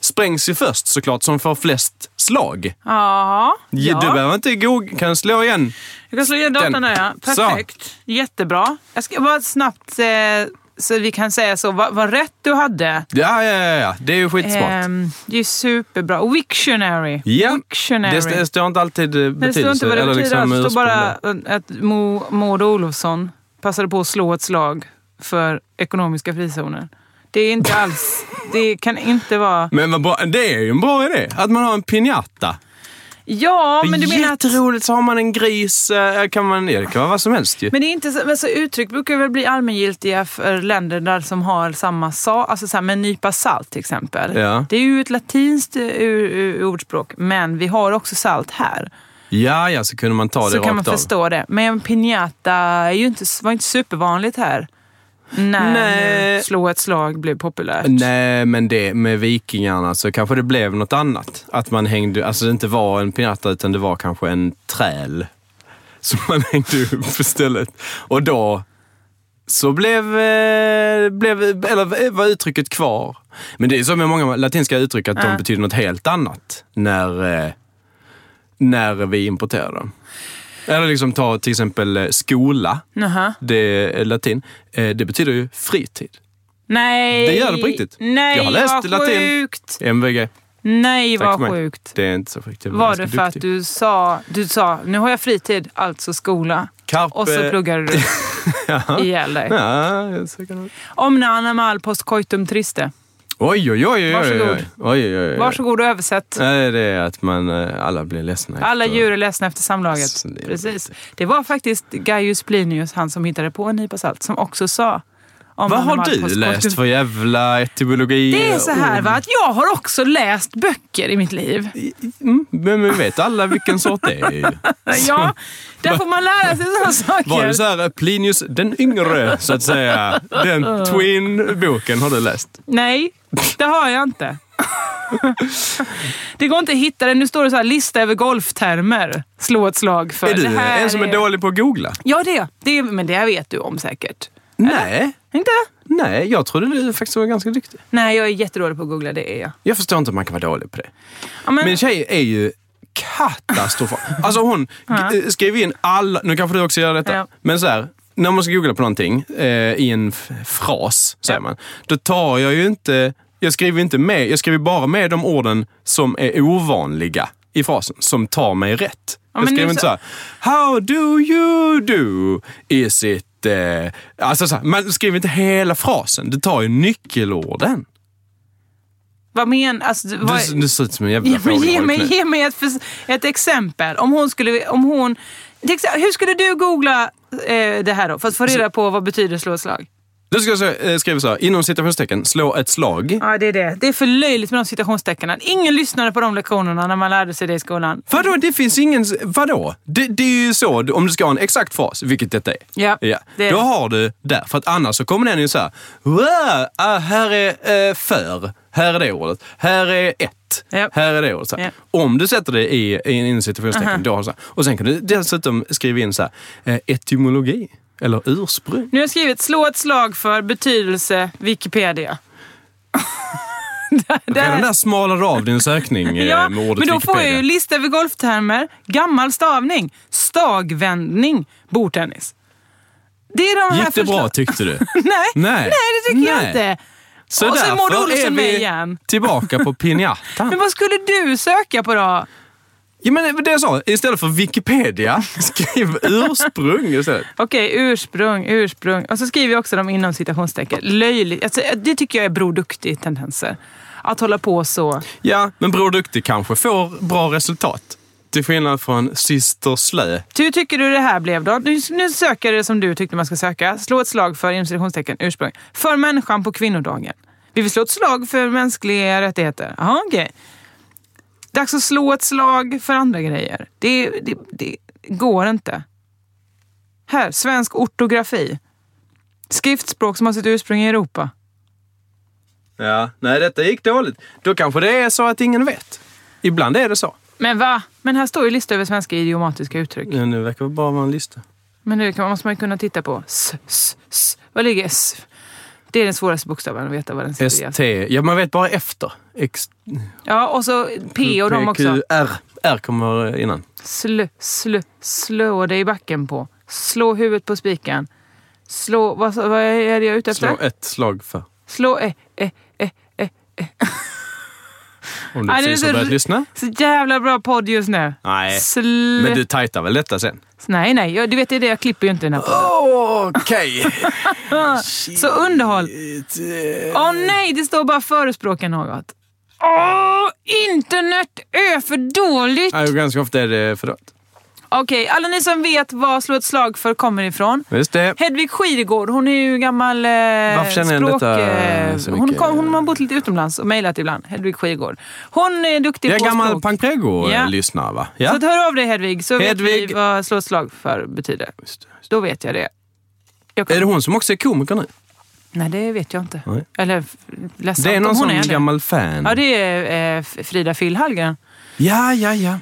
sprängs ju först såklart, som får flest slag. Ja. Du behöver inte googla, kan slå igen. Jag kan slå igen datorn Den. där ja. Perfekt. Jättebra. Jag ska bara snabbt, eh, så vi kan säga så, vad, vad rätt du hade. Ja, ja, ja, ja. det är ju skitsmart. Ehm, det är superbra. Och Wiktionary. Ja, Wiktionary. det, st- det står inte alltid eh, Men det betydelse. står inte vad det eller betyder. liksom alls. det står bara ursprung. eh, att Mo, Maud Olofsson passade på att slå ett slag för ekonomiska frizoner. Det är inte alls... Det kan inte vara... Men vad bra, det är ju en bra idé, att man har en pinjata. Ja, men du menar att... Jätteroligt, så har man en gris. eh, Kan man, ja, det kan vara vad som helst ju. Men det är inte så, men så uttryck brukar väl bli allmängiltiga för länder där som har samma sak, alltså så här med en nypa salt till exempel. Ja. Det är ju ett latinskt eh, ur- ur- ordspråk, men vi har också salt här. Ja, ja, så kunde man ta det så rakt kan man av. förstå det. Men en piñata är ju inte, var inte supervanligt här. När Nej. slå ett slag blev populärt. Nej, men det med vikingarna så kanske det blev något annat. Att man hängde, alltså det inte var en pinjata utan det var kanske en träl som man hängde upp istället. Och då så blev, eh, blev eller eh, var uttrycket kvar. Men det är så med många latinska uttryck att de betyder något helt annat när, eh, när vi importerar dem. Eller liksom ta till exempel eh, skola. Jaha. Det är latin. Eh, Det betyder ju fritid. Nej. Det gör det på riktigt. Nej, Jag har läst vad latin. sjukt. MVG. Nej, Tack för vad mig. sjukt. Det är inte så sjukt. Jag Var ganska det för att duktig. du sa, du sa, nu har jag fritid, alltså skola. Carpe- Och så pluggade du ihjäl dig. Ja, så kan det... Omna anamal post coitum triste. Oj, oj, oj, oj, oj, Varsågod. oj, oj, oj, oj. Varsågod och översätt. Nej, det är att man, eh, alla blir ledsna. Alla efter- djur är ledsna efter samlaget. Så Alltså- det är Precis. Det var faktiskt Gaius Plinius, han som hittade på en nypa salt, som också sa... Om Vad man har hade du varit på läst skott- för Oh. jävla etymologi? Det är så här Ord? va, att jag har också läst böcker i mitt liv. Mm, men vi vet alla vilken sort det är. ju. Ja, där får man lära sig sådana saker. Var det så här eh, Plinius den yngre, så att säga? Den twin-boken har du läst? Nej, det har jag inte. det går inte att hitta det. Nu står det så här, lista över golftermer. Slå ett slag för. Är du eh, det här en som är dålig på att googla? Ja, det är jag. det är, Men det vet du om säkert. Nej, Inte? nej, jag trodde du faktiskt var ganska duktig. Nej, jag är jättedålig på att googla. Det är jag. Jag förstår inte hur man kan vara dålig på det. Ja, men, Min tjej är ju katastrofal. Alltså hon g- skrev in alla, nu kanske du också gör detta, Ja. men så här, när man ska googla på någonting eh, i en f- fras, säger man, då tar jag ju inte, jag skriver inte med, jag skriver bara med de orden som är ovanliga i frasen, som tar mig rätt. jag men det skriver är inte så så- här, how do you do? Is it... Eh, alltså så här, man skriver inte hela frasen, du tar ju nyckelorden. vad menar... Alltså, du- vad, Du, du ser ut som en jävla ge, mig- ge, mig, fågelholk nu. ge mig ett, förs- ett exempel. Om hon skulle... Om hon, till exempel, hur skulle du googla eh, det här då? För att få reda på vad betyder slå ett slag? Du ska jag så- eh, skriva så här, inom citationstecken, slå ett slag. Ja, det är det. Det är för löjligt med de citationstecknen. Ingen lyssnade på de lektionerna när man lärde sig det i skolan. Vadå, det finns ingen... Vadå? Det, det är ju så, du- om du ska ha en exakt fras, vilket detta är. Ja, det är Då det. har du där, för att annars så kommer den ju så här, "Wow, ah, här är eh, för, här är det ordet, här är ett. rätt. Japp. Här är det ordet. Så här. Japp. Om du sätter det i, i en situationstecken, då har du så här. Och sen kan du dessutom skriva in så här, eh, etymologi eller ursprung. Nu har jag skrivit slå ett slag för betydelse Wikipedia. där, där. Redan där smalar du av din sökning eh, Ja, med ordet men då får jag ju Wikipedia. lista över golftermer, gammal stavning, stagvändning, bordtennis. Det är de här Gick det bra förslag- tyckte du? Nej, Nej. nej, det tycker jag Nej. inte. Så Och sen Maud därför är Olofsson med vi igen. tillbaka på pinjatan. Men vad skulle du söka på då? Ja, men det var det jag sa, istället för Wikipedia, skriv ursprung istället. Okej, ursprung, ursprung. Och så skriver jag också de inom citationstecken. Löjligt. Alltså, det tycker jag är Bror Duktig-tendenser. Att hålla på så. Ja, men Bror Duktig kanske får bra resultat. Till skillnad från Syster Slö. Hur tycker du det här blev då? Nu, nu söker det som du tyckte man ska söka. Slå ett slag för inom citationstecken ursprung. För människan på kvinnodagen. Vi vill slå ett slag för mänskliga rättigheter. Jaha, okej. Dags att slå ett slag för andra grejer. Det, det, det går inte. Här, svensk ortografi. Skriftspråk som har sitt ursprung i Europa. Ja, nej detta gick dåligt. Då kanske det är så att ingen vet. Ibland är det så. Men va? Men här står ju lista över svenska idiomatiska uttryck. Ja, nu verkar det bara vara en lista. Men nu kan, måste man ju kunna titta på s, s, s. Vad ligger s? Det är den svåraste bokstaven att veta vad den sitter i. alltså. ST. Ja, man vet bara efter. X, Ja, och så P och de också. Q, R. R kommer innan. Sl, sl, slå dig i backen på. Slå huvudet på spiken. Slå, vad, sa- vad är det jag är ute efter? Slå E. ett slag för. Slå, eh, eh, eh, eh. Om du Nej, det är precis har så- börjat lyssna. Så jävla bra podd just nu. Nej, Sl... men du tajtar väl detta sen? Nej, nej. Jag, du vet, det är det jag klipper ju inte den här podden. Okej. Så underhåll. Åh nej, det står bara förespråka något. Åh, internet är för dåligt! Ganska ofta är det förlåt. Okej, alla ni som vet var Slå ett slag för kommer ifrån. Just det. Hedvig Skirgård, hon är ju gammal eh, Varför känner jag språk... detta eh, så hon, mycket? kom, hon har bott lite utomlands och mejlat ibland. Hedvig Skirgård. Hon är duktig Jag är på gammal språk. Pank Ja. Prego-lyssnare, va? Ja. Så att hör av dig Hedvig, så vet vi Hedvig. vad Slå ett slag för betyder. Då vet jag det. Jag kan... Är det hon som också är komiker nu? Nej, det vet jag inte. Nej. Eller f- ledsamt Det är någon om hon sån är det. gammal fan. Ja, det är eh, F- Frida Fillhallgren. ja, ja, ja.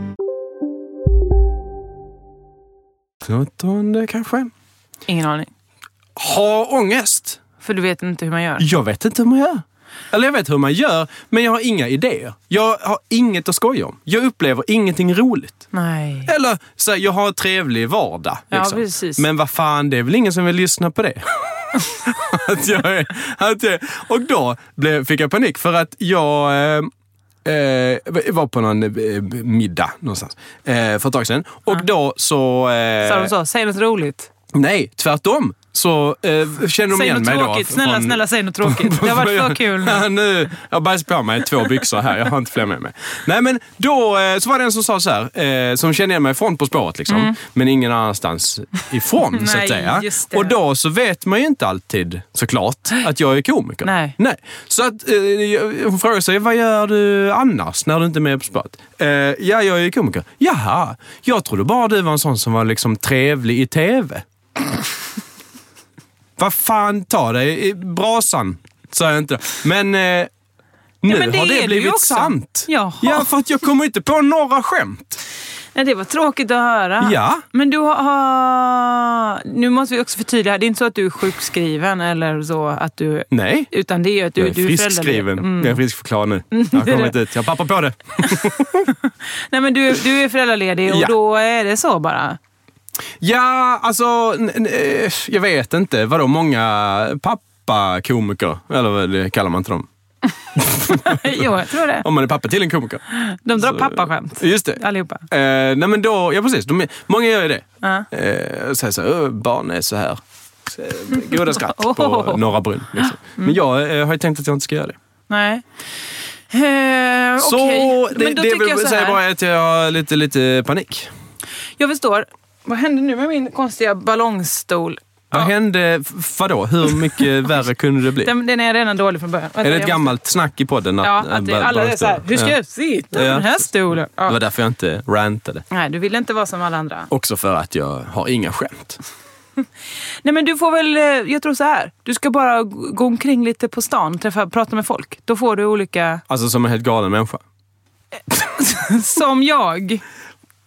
14 kanske. Ingen aning. Ha ångest! För du vet inte hur man gör. Jag vet inte hur man gör. Eller jag vet hur man gör, men jag har inga idéer. Jag har inget att skoja om. Jag upplever ingenting roligt. Nej. Eller så här, jag har en trevlig vardag. Ja, liksom. precis. Men vad fan, det är väl ingen som vill lyssna på det. att jag är, att jag, och då blev, fick jag panik för att jag eh, eh, var på någon eh, middag någonstans eh, för ett tag sedan. Och då så... eh, Sa de så? Säg något roligt. Nej, tvärtom. Så eh, känner de Säg igen något mig då. tråkigt. Snälla, från- snälla, säg något tråkigt. Det har varit för kul nu. Ja, nu. Jag bajsar på mig två byxor här. Jag har inte fler med mig. Nej, men då eh, så var det en som sa så här, eh, som kände igen mig från På spåret liksom, men ingen annanstans ifrån så att Mm. Nej, säga. just det. Och då så vet man ju inte alltid såklart att jag är komiker. Nej. Nej. Så att eh, jag- hon frågar sig, vad gör du annars när du inte är med På spåret? Eh, ja, jag är komiker. Jaha, jag trodde bara du var en sån som var liksom trevlig i TV. Vad fan, ta dig i brasan. Sa jag inte. Men eh, nu men det har är du det ju blivit också. sant. Jaha. Ja, för att jag kommer inte på några skämt. Nej, det var tråkigt att höra. Ja. Men du har... Nu måste vi också förtydliga. här. Det är inte så att du är sjukskriven eller så att du... Nej. Utan det är ju att du, Jag är du friskskriven. föräldraledig. Mm. Jag är friskförklarad nu. Jag har kommit ut. Jag pappar på det. Nej, men du, du är föräldraledig och Ja. då är det så bara. Ja, alltså... n- n- eh, Jag vet inte. Vadå, många pappakomiker? Eller vad kallar man inte dem? jo, jag tror det. Om man är pappa till en komiker. De drar Så- pappaskämt. Just det. Allihopa. Eh, nej men då, ja precis. De, är- många gör ju det. Ja. Eh, och säger så här, "Åh, barn är så här. Så, eh, Goda skratt på Åh. Norra Brunn. Liksom. Men jag eh, har ju tänkt att jag inte ska göra det. Nej. Eh, Så okej. det, Men då det tycker vill jag så säga här. bara att jag har lite, lite panik. Jag förstår. Vad hände nu med min konstiga ballongstol? Vad hände, f- vadå? Hur mycket värre kunde det bli? Den, den är redan dålig från början. Vänta, är det jag ett måste- gammalt snack i podden? Ja, att det, bara- alla bara är så här, står- hur ska Ja. jag sitta på Ja. den här stolen? Ja. Det var därför jag inte rantade. Nej, du vill inte vara som alla andra. Också för att jag har inga skämt. Nej, men du får väl, eh, jag tror så här. Du ska bara g- gå omkring lite på stan, träffa, prata med folk. Då får du olika, Alltså som en helt galen människa. som jag.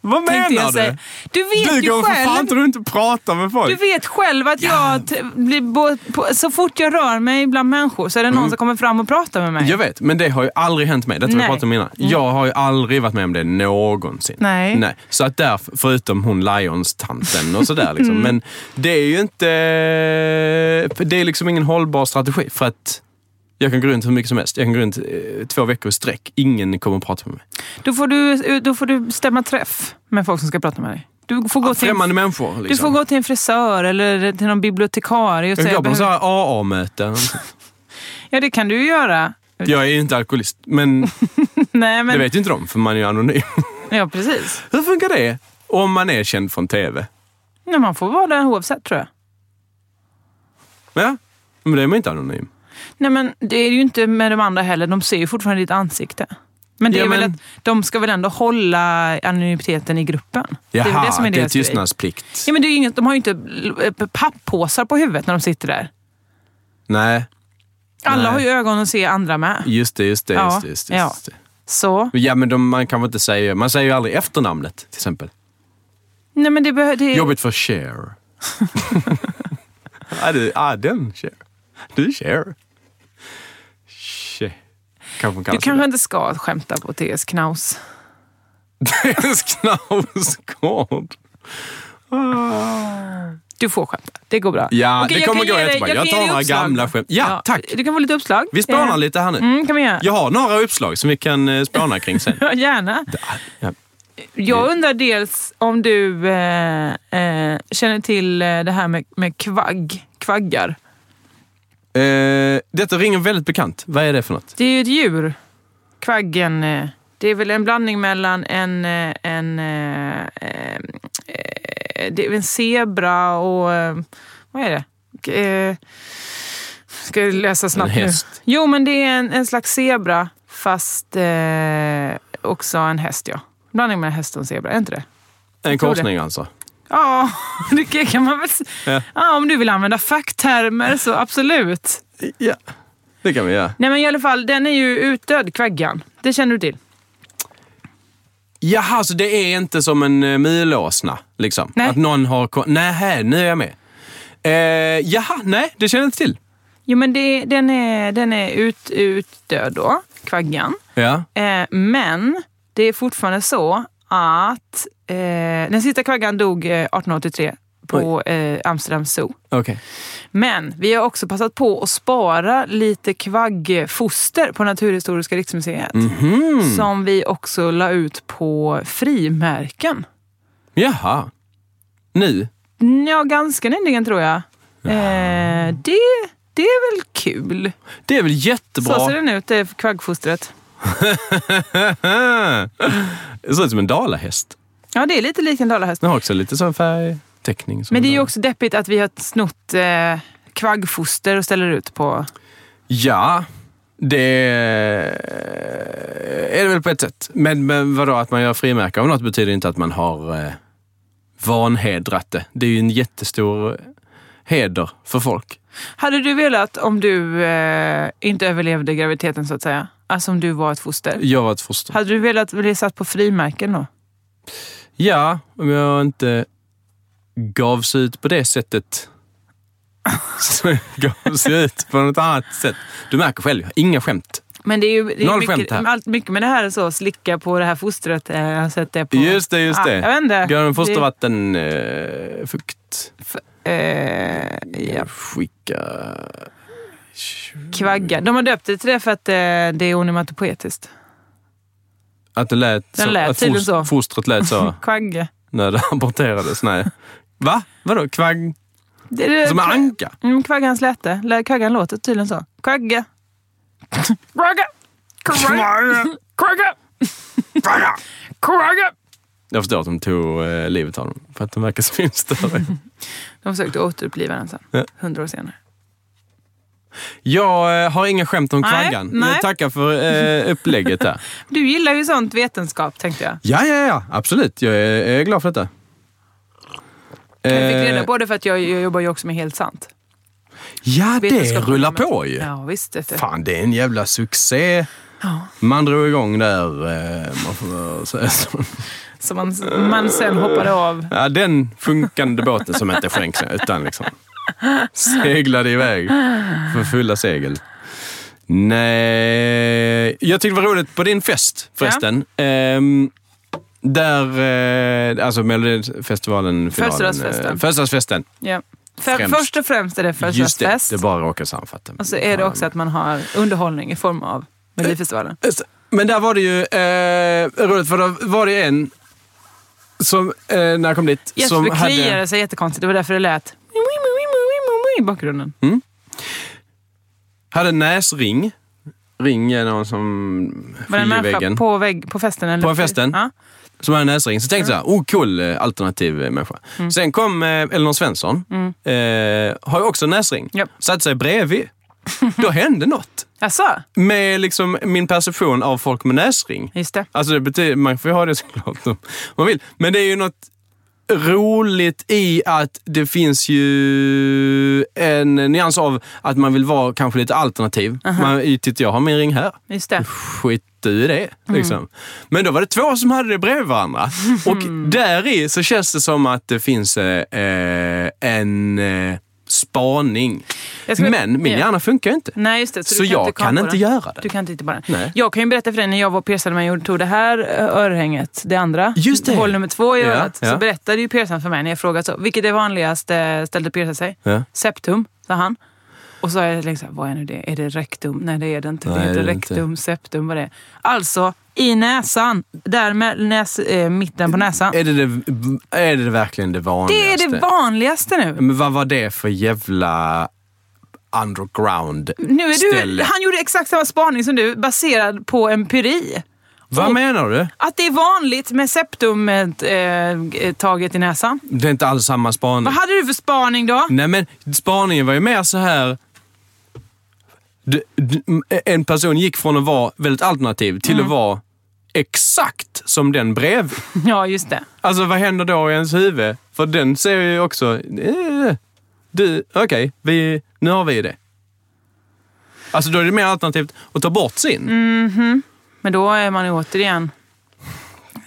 Vad menar Tänkte du? jag säga. Du vet Du ju går för fan själv. inte runt och pratar med folk. Du vet själv att jag t- blir bo- på, så fort jag rör mig bland människor så är det någon som kommer fram och pratar med mig. Mm. Jag vet, men det har ju aldrig hänt mig. Detta har vi Nej. pratat om innan. Jag har ju aldrig varit med om det någonsin. Nej. Nej. Så att där, förutom hon Lions-tanten och sådär. Liksom. Mm. Men det är ju inte... Det är liksom ingen hållbar strategi. För att jag kan gå runt hur mycket som helst. Jag kan gå runt eh, två veckor i sträck. Ingen kommer att prata med mig. Då, får du, då får du stämma träff med folk som ska prata med dig. Du får gå, till, en, Främmande människor. Liksom. du får gå till en frisör eller till någon bibliotekarie och jag säga... går på "Behöver- sådana här AA-möten. Ja, det kan du ju göra. Jag är ju inte alkoholist, men, Nej, men... det vet ju inte de för man är ju anonym. Ja, precis. Hur funkar det om man är känd från TV? Nej, man får vara den oavsett tror jag. Ja, men det är man ju inte anonym. Nej, men det är ju inte med de andra heller. De ser ju fortfarande ditt ansikte. Men det Ja, är väl men- att de ska väl ändå hålla anonymiteten i gruppen. Jaha, det är väl det som är deras grej. tystnadsplikt. Ja, men det är ju inget, de har ju inte eh, papppåsar på huvudet när de sitter där. Nej, Alla Nej. har ju ögon att se andra med. just det, just det. Ja, Just det, just det, ja. just det. Så. Ja, men de, man kan väl inte säga... Man säger ju aldrig efternamnet, till exempel. Nej, men det, behö- det, Jobbigt för Cher. ja, du, ah, den Cher. Du Cher. Cher. Kanske hon du kallar sig kanske inte ska skämta på T.S. Knaus. det. Therese Knausgård. Du får skämta. Det går bra. Ja, Okej, det jag kommer kan gå ge dig- jättebra. Jag kan ge tar dig några uppslag. gamla skämt. Ja, tack. Du kan få lite uppslag. Vi spånar Ja. lite här nu. Mm, kan vi göra. Jag har några uppslag som vi kan eh, spåna kring sen. Ja, gärna. Ja. Jag undrar dels om du eh, eh, känner till eh, det här med, med kvagg, kvaggar. Eh, detta ringer väldigt bekant. Vad är det för något? Det är ju ett djur. Kvaggen. eh, Det är väl en blandning mellan en, eh, en, eh, eh, eh, det är väl en zebra och... eh, Vad är det? K- eh, Ska jag läsa snabbt En häst. nu? Jo, men det är en, en slags zebra fast eh, också en häst, ja. Blandning mellan häst och en zebra, är inte det? En tror det. korsning alltså. Ja, det kan man väl s- Ja. ja, Om du vill använda facktermer så absolut. Ja, det kan vi göra. Nej men i alla fall, den är ju utdöd, kvaggan. Det känner du till? Jaha, så det är inte som en eh, mulåsna? Liksom. Nej. Att någon har... ko- Nej, här, nu är jag med. Eh, jaha, nej, det känner jag inte till. Jo men det, den är, den är ut, utdöd då, kvaggan. Ja. Eh, men det är fortfarande så att eh, den sista kvaggan dog eh, 1883 på eh, Amsterdam Zoo. Okej. Men vi har också passat på att spara lite kvaggfoster på Naturhistoriska riksmuseet. Mhm. Hmm. Som vi också la ut på frimärken. Jaha. Nu? Ja, ganska nyligen tror jag. Eh, det, det är väl kul. Det är väl jättebra? Så ser den ut, det är kvaggfostret. det ser ut som en dalahäst. Ja, det är lite lik en dalahäst. Den har också lite sån färgteckning. som Men det är ju en- också deppigt att vi har snott eh, kvaggfoster och ställer ut på... Ja, det är det väl på ett sätt. Men, men vadå, att man gör frimärke av något betyder inte att man har eh, vanhedrat det. Det är ju en jättestor eh, heder för folk. Hade du velat, om du eh, inte överlevde graviditeten så att säga, alltså om du var ett foster, Jag var ett foster. hade du velat bli satt på frimärken då? Ja, om jag inte gavs ut på det sättet. Så gavs jag ut på något annat sätt. Du märker själv, jag har inga skämt. Men det är ju det är Noll mycket, skämt här. allt mycket med det här är så, slicka på det här fostret. eh, Jag har sett det på... Just det, just Ah, det. jag vet inte. Gör en fostervatten... Eh, fukt. Det- Eh, ja, Skicka... kvagga. De har döpt det till det för att eh, det är onomatopoetiskt. Att det lät, Den så, lät att tydligen fos- så. fostret lät så Kvagge. när det aborterades. Nej. Va? Vadå? Kvagg? Det, det, Som en kva- anka? Mm, kvaggans läte. Lä- Kvaggan låter tydligen så. Kvagge. Kvagge. Kvagge. Kvagge. Kvagge. Jag förstår att de tog eh, livet av dem för att de verkar svinstörda. De försökte återuppliva den sen, Ja. hundra år senare. Jag eh, har inga skämt om Nej, kvaggan. nej. Jag tackar för eh, upplägget där. Du gillar ju sånt vetenskap, tänkte jag. Ja, ja, ja. Absolut. Jag är, jag är glad för detta. Jag fick Eh, reda på det för att jag, jag jobbar ju också med Helt sant. Ja, det Vetenskapligt rullar moment. på ju. Ja, visst. Det, det. Fan, det är en jävla succé. Man drog igång där, eh, man får säga så. Så man, man sen hoppade av. Ja, den funkande båten som inte sjönk utan liksom seglade iväg för fulla segel. Nej, jag tyckte det var roligt på din fest förresten. Ehm, där, eh, alltså Melodifestivalen, finalen, Födelsedagsfesten. eh, Födelsedagsfesten. Ja. För, Främst. först och främst är det Just det, födelsedagsfest. det bara råkar sammanfatta. Och så är det också att man har underhållning i form av Melodifestivalen. Men där var det ju eh, roligt för då var det en som, eh, när jag kom dit, som Jesper kliade sig jättekonstigt. Det var därför det lät i bakgrunden. Hade näsring. Ring är någon som Var det en skiljer människa väggen. på, vägg, på festen? Eller? På festen? Ja. Som hade näsring. Så tänkte jag så här, oh cool eh, alternativ eh, människa. Mm. Sen kom eh, Elinor Svensson. Eh, har ju också näsring. Japp. Satte sig bredvid. Då hände något. Jaså? Med liksom min perception av folk med näsring. Just det. Alltså det betyder, man får ju ha det såklart om man vill. Men det är ju något roligt i att det finns ju en nyans av att man vill vara kanske lite alternativ. Man, titta, jag har min ring här. Just det. Skit i det. Liksom. Men då var det två som hade det bredvid varandra. Och där i så känns det som att det finns eh, eh, en eh, spaning. Jag ska- Men min Ja. hjärna funkar ju inte. Nej, just det. Så du jag komma kan på inte den. göra det. Du kan inte titta på den. Nej. Jag kan ju berätta för dig när jag var och piercade mig och tog det här ö, örhänget, det andra, Just det. hål nummer två i Ja, örat, så ja. berättade ju piercaren för mig när jag frågade så, vilket är vanligaste stället att pierca sig? Ja. Septum, sa han. Och så är jag liksom, vad är nu det? Är det rektum? Nej, det är det inte. Nej, det det heter är det rektum, septum, vad det är. Alltså, i näsan. Där med näs, eh, mitten på näsan. Är det, det, är det verkligen det Det vanligaste? är det vanligaste nu. Men vad var det för jävla underground Nu är du, ställe? han gjorde exakt samma spaning som du, baserad på empiri. Vad menar du? Att det är vanligt med septumet eh, taget i näsan. Det är inte alls samma spaning. Vad hade du för spaning då? Nej men spaningen var ju mer så här... D- d- m- En person gick från att vara väldigt alternativ till Mm. att vara exakt som den bredvid. Ja, just det. Alltså vad händer då i ens huvud? För den ser ju också... Eh, du, okej, vi, nu har vi det. Alltså då är det mer alternativt att ta bort sin. Mm. Men då är man ju återigen...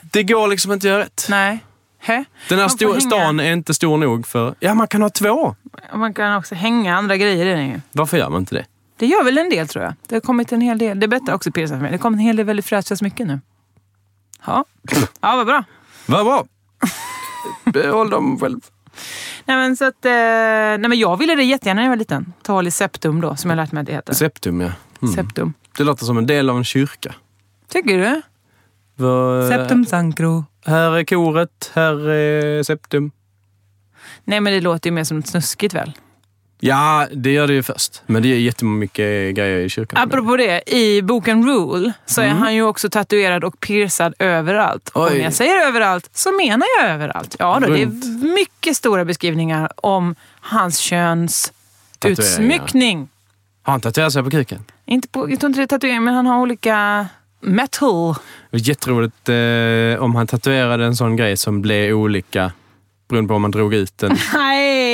Det går liksom inte att göra rätt. Nej. Hä? Den här Man får stor, hänga- stan är inte stor nog för... Ja, man kan ha två. Man kan också hänga andra grejer i den ju. Varför gör man inte det? Det gör väl en del tror jag. Det har kommit en hel del. Det berättar också Pirsa för mig. Det har kommit en hel del väldigt fräscha smycken nu. Ja. ja, vad bra. Vad bra. Behåll dem själv. Nej men, så att, eh, nej men jag ville det jättegärna när jag var liten. Ta hål i septum då, som jag lärt mig att det heter. Septum, ja. Mm. Septum. Det låter som en del av en kyrka. Tycker du? Eh. Vad- Septum sancro. Här är koret, här är septum. Nej men det låter ju mer som något snuskigt väl? Ja, det gör det ju först. Men det är jättemycket grejer i kyrkan. Apropå det, i boken Rule så är han ju också tatuerad och piercad överallt. Och Mm. Oj. när jag säger överallt så menar jag överallt. Ja, då, det är mycket stora beskrivningar om hans köns Tatueringar. utsmyckning. Har han tatuerat sig på kuken? Inte på, jag tror inte det är tatuering, men han har olika metal. Det var jätteroligt eh, om han tatuerade en sån grej som blev olika beroende på om man drog ut den. Nej!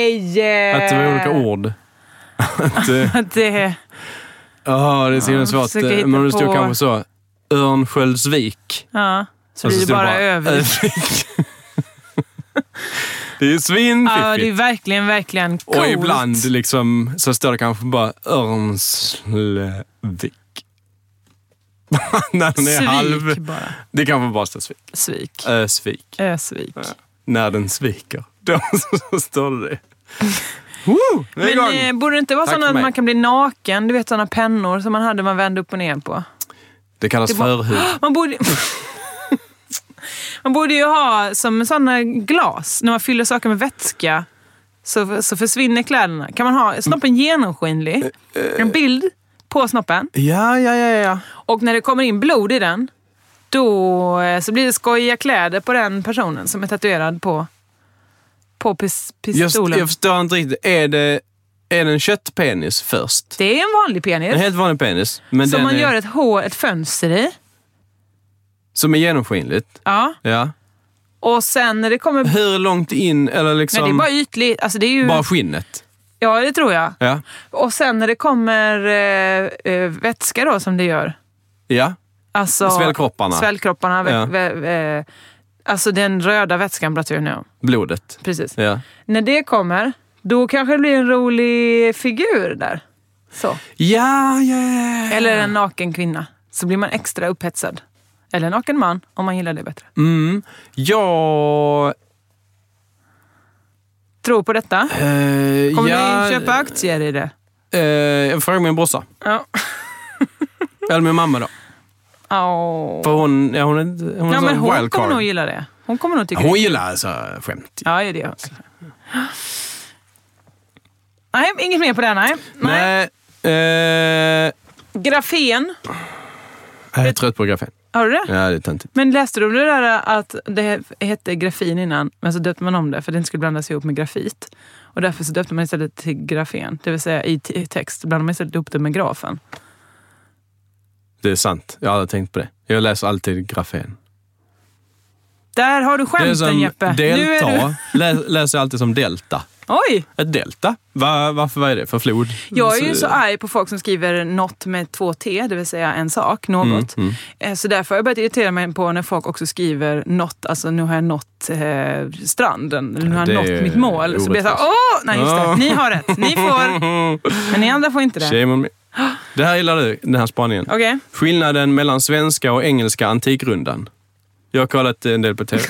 Att det var olika ord. Att, eh, Det, Ja, det är så himla svårt. försöker hitta Men om det stod på- kanske så. Örnsköldsvik. ja. Så Och det är stod bara övrigt. Örnsköldsvik. det är ju Ja, det är svinfiffigt. verkligen, verkligen coolt. och ibland liksom, så står det kanske bara Örnslevik. När den är halv. Svik bara. Det kanske bara står svik. Svik. Ösvik. Ösvik. När den sviker. Då så står det det. Woo! Nu är vi Men igång. eh, borde det inte vara Tack sådana för att mig. man kan bli naken? Du vet sådana pennor som man hade man vände upp och ner på. Det kallas det var- förhud. Man borde... man borde ju ha som sådana glas. När man fyller saker med vätska så, så försvinner kläderna. Kan man ha snoppen genomskinlig? Eh, En bild på snoppen. Ja, ja, ja, ja. Och när det kommer in blod i den, då eh, så blir det skojiga kläder på den personen som är tatuerad på, på pis, Jag, pistolen. jag förstår inte riktigt. Är det, är det en köttpenis först? Det är en vanlig En penis helt vanlig penis. Men som den man är, gör ett, hår, ett fönster i. Som är genomskinligt. Ja. Ja. Och sen när det kommer... Hur långt in, eller liksom... Nej, det är bara ytligt. Alltså det är ju, bara skinnet. Ja, det tror jag. Ja. Och sen när det kommer eh, eh, vätska då, som det gör. ja. Alltså, Svällkropparna. Svällkropparna. vä- Ja. vä- eh, alltså den röda vätskan pratar jag nu om. Blodet. Precis. Ja. När det kommer, då kanske det blir en rolig figur där. Så. Ja, ja, ja. ja. Eller en naken kvinna. Så blir man extra upphetsad. Eller en naken man, om man gillar det bättre. Mm. Jag... Tror på detta. Eh, Kommer ja, du köpa aktier i det? Eh, jag frågar min brorsa. Ja. Eller min mamma då. Åh. För hon, ja, hon är, hon är Ja, en men sån hon kommer wildcard. nog gilla det. Hon kommer nog tycka Hon det. gillar alltså skämt. Ja, det gör hon. Nej, inget mer på det. Nej. nej. Nej. Eh, Grafen, jag är trött på grafen. har du det? Ja, det är töntigt. Men läste du om det där att det hette grafin innan, men så döpte man om det för det inte skulle blandas ihop med grafit. Och därför så döpte man istället till grafen, det vill säga i t- text blandar man istället ihop det med grafen. Det är sant. Jag har aldrig tänkt på det. Jag läser alltid grafen. Där har du Det är skämten som Jeppe! Nu delta. är du... Lä- läser jag alltid som delta. Oj! Ett delta? Va, varför, vad är det för flod? Mm, Jag är ju så arg på folk som skriver något med två t, det vill säga en sak, Mm, något. Eh, Så därför har jag börjat irritera mig på när folk också skriver något, alltså nu har jag nått eh, stranden, eller nu har Det jag är nått mitt mål. Så blir jag såhär, orättvist. åh! Nej just det, Ja. ni har rätt, ni får. Mm. Men ni andra får inte det. Shame on me. Det här gillar du, den här spaningen. Okej. Skillnaden mellan svenska och engelska antikrundan. Jag har kollat en del på TV.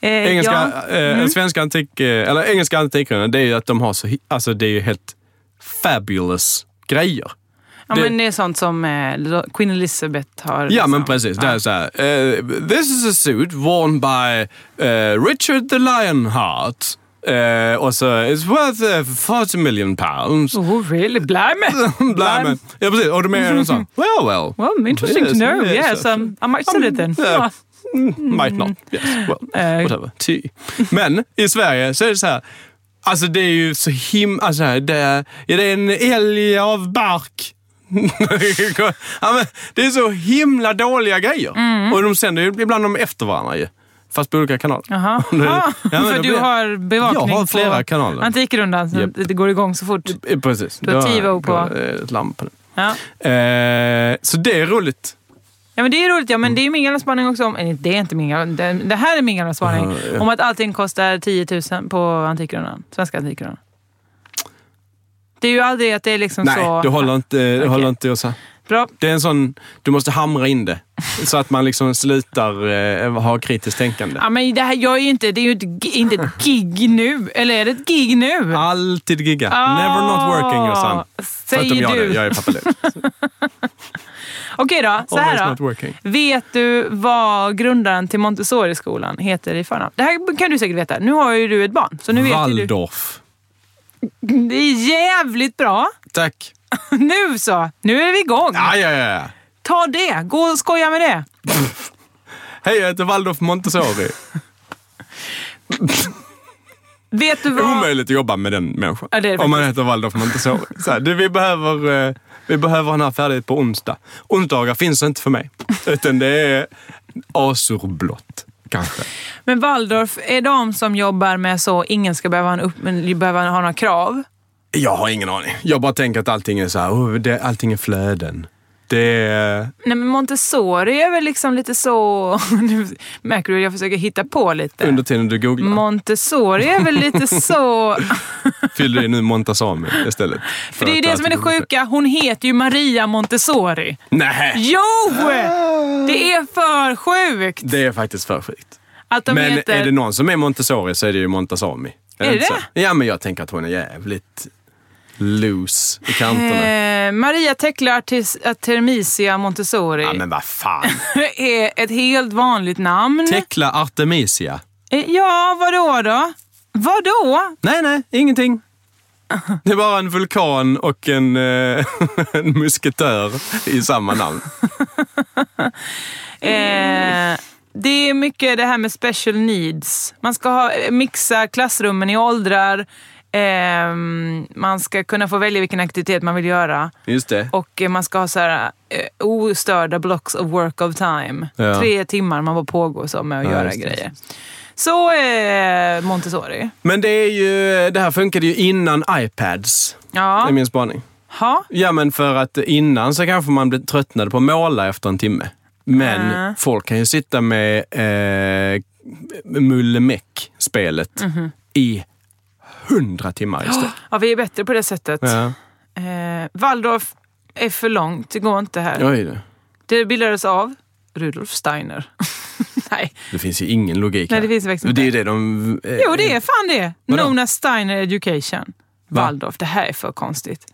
Eh, Engelska, ja. eh, svenska antik, eh, eller engelska antikrundan, det är ju att de har så, hi- alltså det är ju helt fabulous grejer. ja, det- men det är sånt som eh, Lo- Queen Elizabeth har. Ja, liksom. men precis. Det är så här. eh, this is a suit worn by eh, Richard the Lionheart. Eh, och så it's worth eh, 40 million pounds. Oh, really? Blimey! Blah, men- ja, precis. Och de är så här, well, well. Well, interesting Yes, to know. yes, Yes, yes. um, I might sell it then. yeah. Ja. Mm, Might not. Yes, well, Mm. Eh. whatever. Ty. Men i Sverige så är det så här. Alltså det är ju så himla... Alltså, det, är, ja, det är en älg av bark. ja, men, det är så himla dåliga grejer. Mm. Och de sänder ju ibland dem efter varandra ju. Fast på olika kanaler. Jaha. Det- Ah, ja, men för då du blir- har bevakning Jag har flera på kanaler. Antikrundan, så Japp. det går igång så fort. Eh, Precis. Du har Då TiVo på. går det Ett lampor. Ja. Eh, så det är roligt. ja, men det är roligt. Ja, Mm. men det är min gamla spaning också. Om, eller, det är inte min gamla, det, det här är min gamla spaning. Om att allting kostar 10 000 på Antikrundan. Svenska Antikrundan. Det är ju aldrig att det är liksom Nej, så... du håller inte, eh, du Okej. håller inte och så. här. Bra. Det är en sån, du måste hamra in det. Så att man liksom slutar eh, ha kritiskt tänkande. Ja, men det här, jag är ju inte, det är ju ett, gi- inte ett gig nu. Eller är det ett gig nu? Alltid gigga. Ah, Never not working, Jossan. Säger Förutom jag du. det, jag är pappaledig. Okej då, så Always här not då. working. Vet du vad grundaren till Montessori-skolan heter i förnamn? Det här kan du säkert veta. Nu har ju du ett barn. Så nu vet ju du. Waldorf. Det är jävligt bra. Tack. Nu så. Nu är vi igång. Ja, ja, ja. Ta det. Gå och skoja med det. Hej, jag heter Waldorf Montessori. Vet du vad... Omöjligt att jobba med den människan. Ja, det är det om man heter Waldorf Montessori. Så här, du, vi, behöver, eh, vi behöver den här färdigt på onsdag. Onsdagar finns inte för mig. Utan det är azurblått, kanske. Men Waldorf är de som jobbar med så ingen ska behöva, ha en upp, men behöva ha några krav. Jag har ingen aning. Jag bara tänker att allting är så här, oh, det, allting är flöden. Det är... Nej, men Montessori är väl liksom lite så... Nu märker du att jag försöker hitta på lite. Under tiden du googlar. Montessori är väl lite så... Fyller i nu Montazami istället. För det är ju att det allt som är det googlar. sjuka. Hon heter ju Maria Montessori. Nej, Jo! Det är för sjukt det är faktiskt för sjukt. att de men heter... är det någon som är Montessori så är det ju Montazami. Är inte det? Så? Ja, men jag tänker att hon är jävligt loose i kanterna. Eh, Maria Tekla Artis- Artemisia Montessori Ja, men vad fan. är ett helt vanligt namn. Tekla Artemisia. Eh, ja, vadå då? Vadå? Nej, nej, ingenting. Det är bara en vulkan och en, eh, en musketör i samma namn. Eh, det är mycket det här med special needs. Man ska ha, mixa klassrummen i åldrar. Ehm, man ska kunna få välja vilken aktivitet man vill göra. Just det. Och eh, man ska ha så här, eh, ostörda blocks of work of time. Ja. Tre timmar man får pågå så med att Ja, göra just det, grejer. Så eh, Montessori. Men det är ju, det här funkade ju innan iPads. Det är Ja. min spaning. Ha. Ja, men för att innan så kanske man blev tröttnade på att måla efter en timme. Men Äh. folk kan ju sitta med eh, Mulle Meck-spelet i hundra timmar i sträck. ja, vi är bättre på det sättet. Ja. Eh, Waldorf är för långt, det går inte här. Oj, då. Det bildades av Rudolf Steiner. Nej, det finns ju ingen logik Nej, här. det finns faktiskt Det är ju inte. det de... eh, Jo, det är fan det. Vadå? Known as Steiner Education. Va? Waldorf, det här är för konstigt.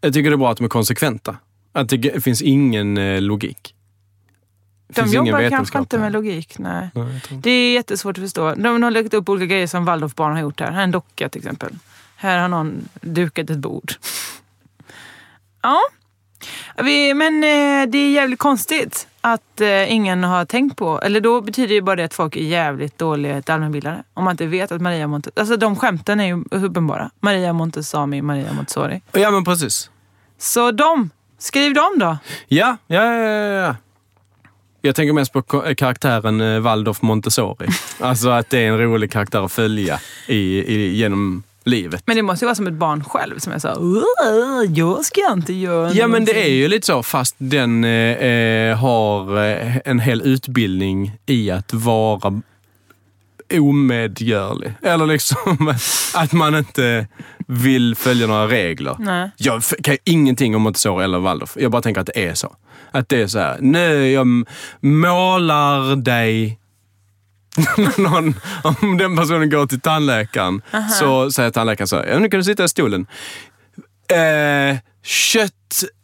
Jag tycker det är bra att de är konsekventa. Att det g- finns ingen eh, logik. Det De finns ingen jobbar kanske vetenskap inte här. med logik. Nej. Nej, jag tror inte. Det är jättesvårt att förstå. De har lagt upp olika grejer som Waldorfbarn har gjort här. Här är en docka till exempel. Här har någon dukat ett bord. Ja, vi, men eh, det är jävligt konstigt att eh, ingen har tänkt på. Eller då betyder ju bara det att folk är jävligt dåligt allmänbildade. Om man inte vet att Maria Montessori... Alltså de skämten är ju uppenbara. Maria Montessami, Maria Montessori. Ja, men precis. Så de, skriv dem då. Ja, ja, ja, ja, ja. Jag tänker mest på ko- karaktären eh, Waldorf Montessori. alltså att det är en rolig karaktär att följa i, i, genom livet. Men det måste ju vara som ett barn själv som är så här, "Åh, jag ska inte göra Ja, men någonting." det är ju lite så, fast den eh, eh, har eh, en hel utbildning i att vara omedgörlig. Eller liksom att man inte vill följa några regler. Nej. Jag f- kan ingenting om Montessori eller Waldorf. Jag bara tänker att det är så. Att det är så här, nu jag m- målar dig någon, om den personen går till tandläkaren så säger tandläkaren så här, "Ja, nu kan du sitta i stolen. Eh, kött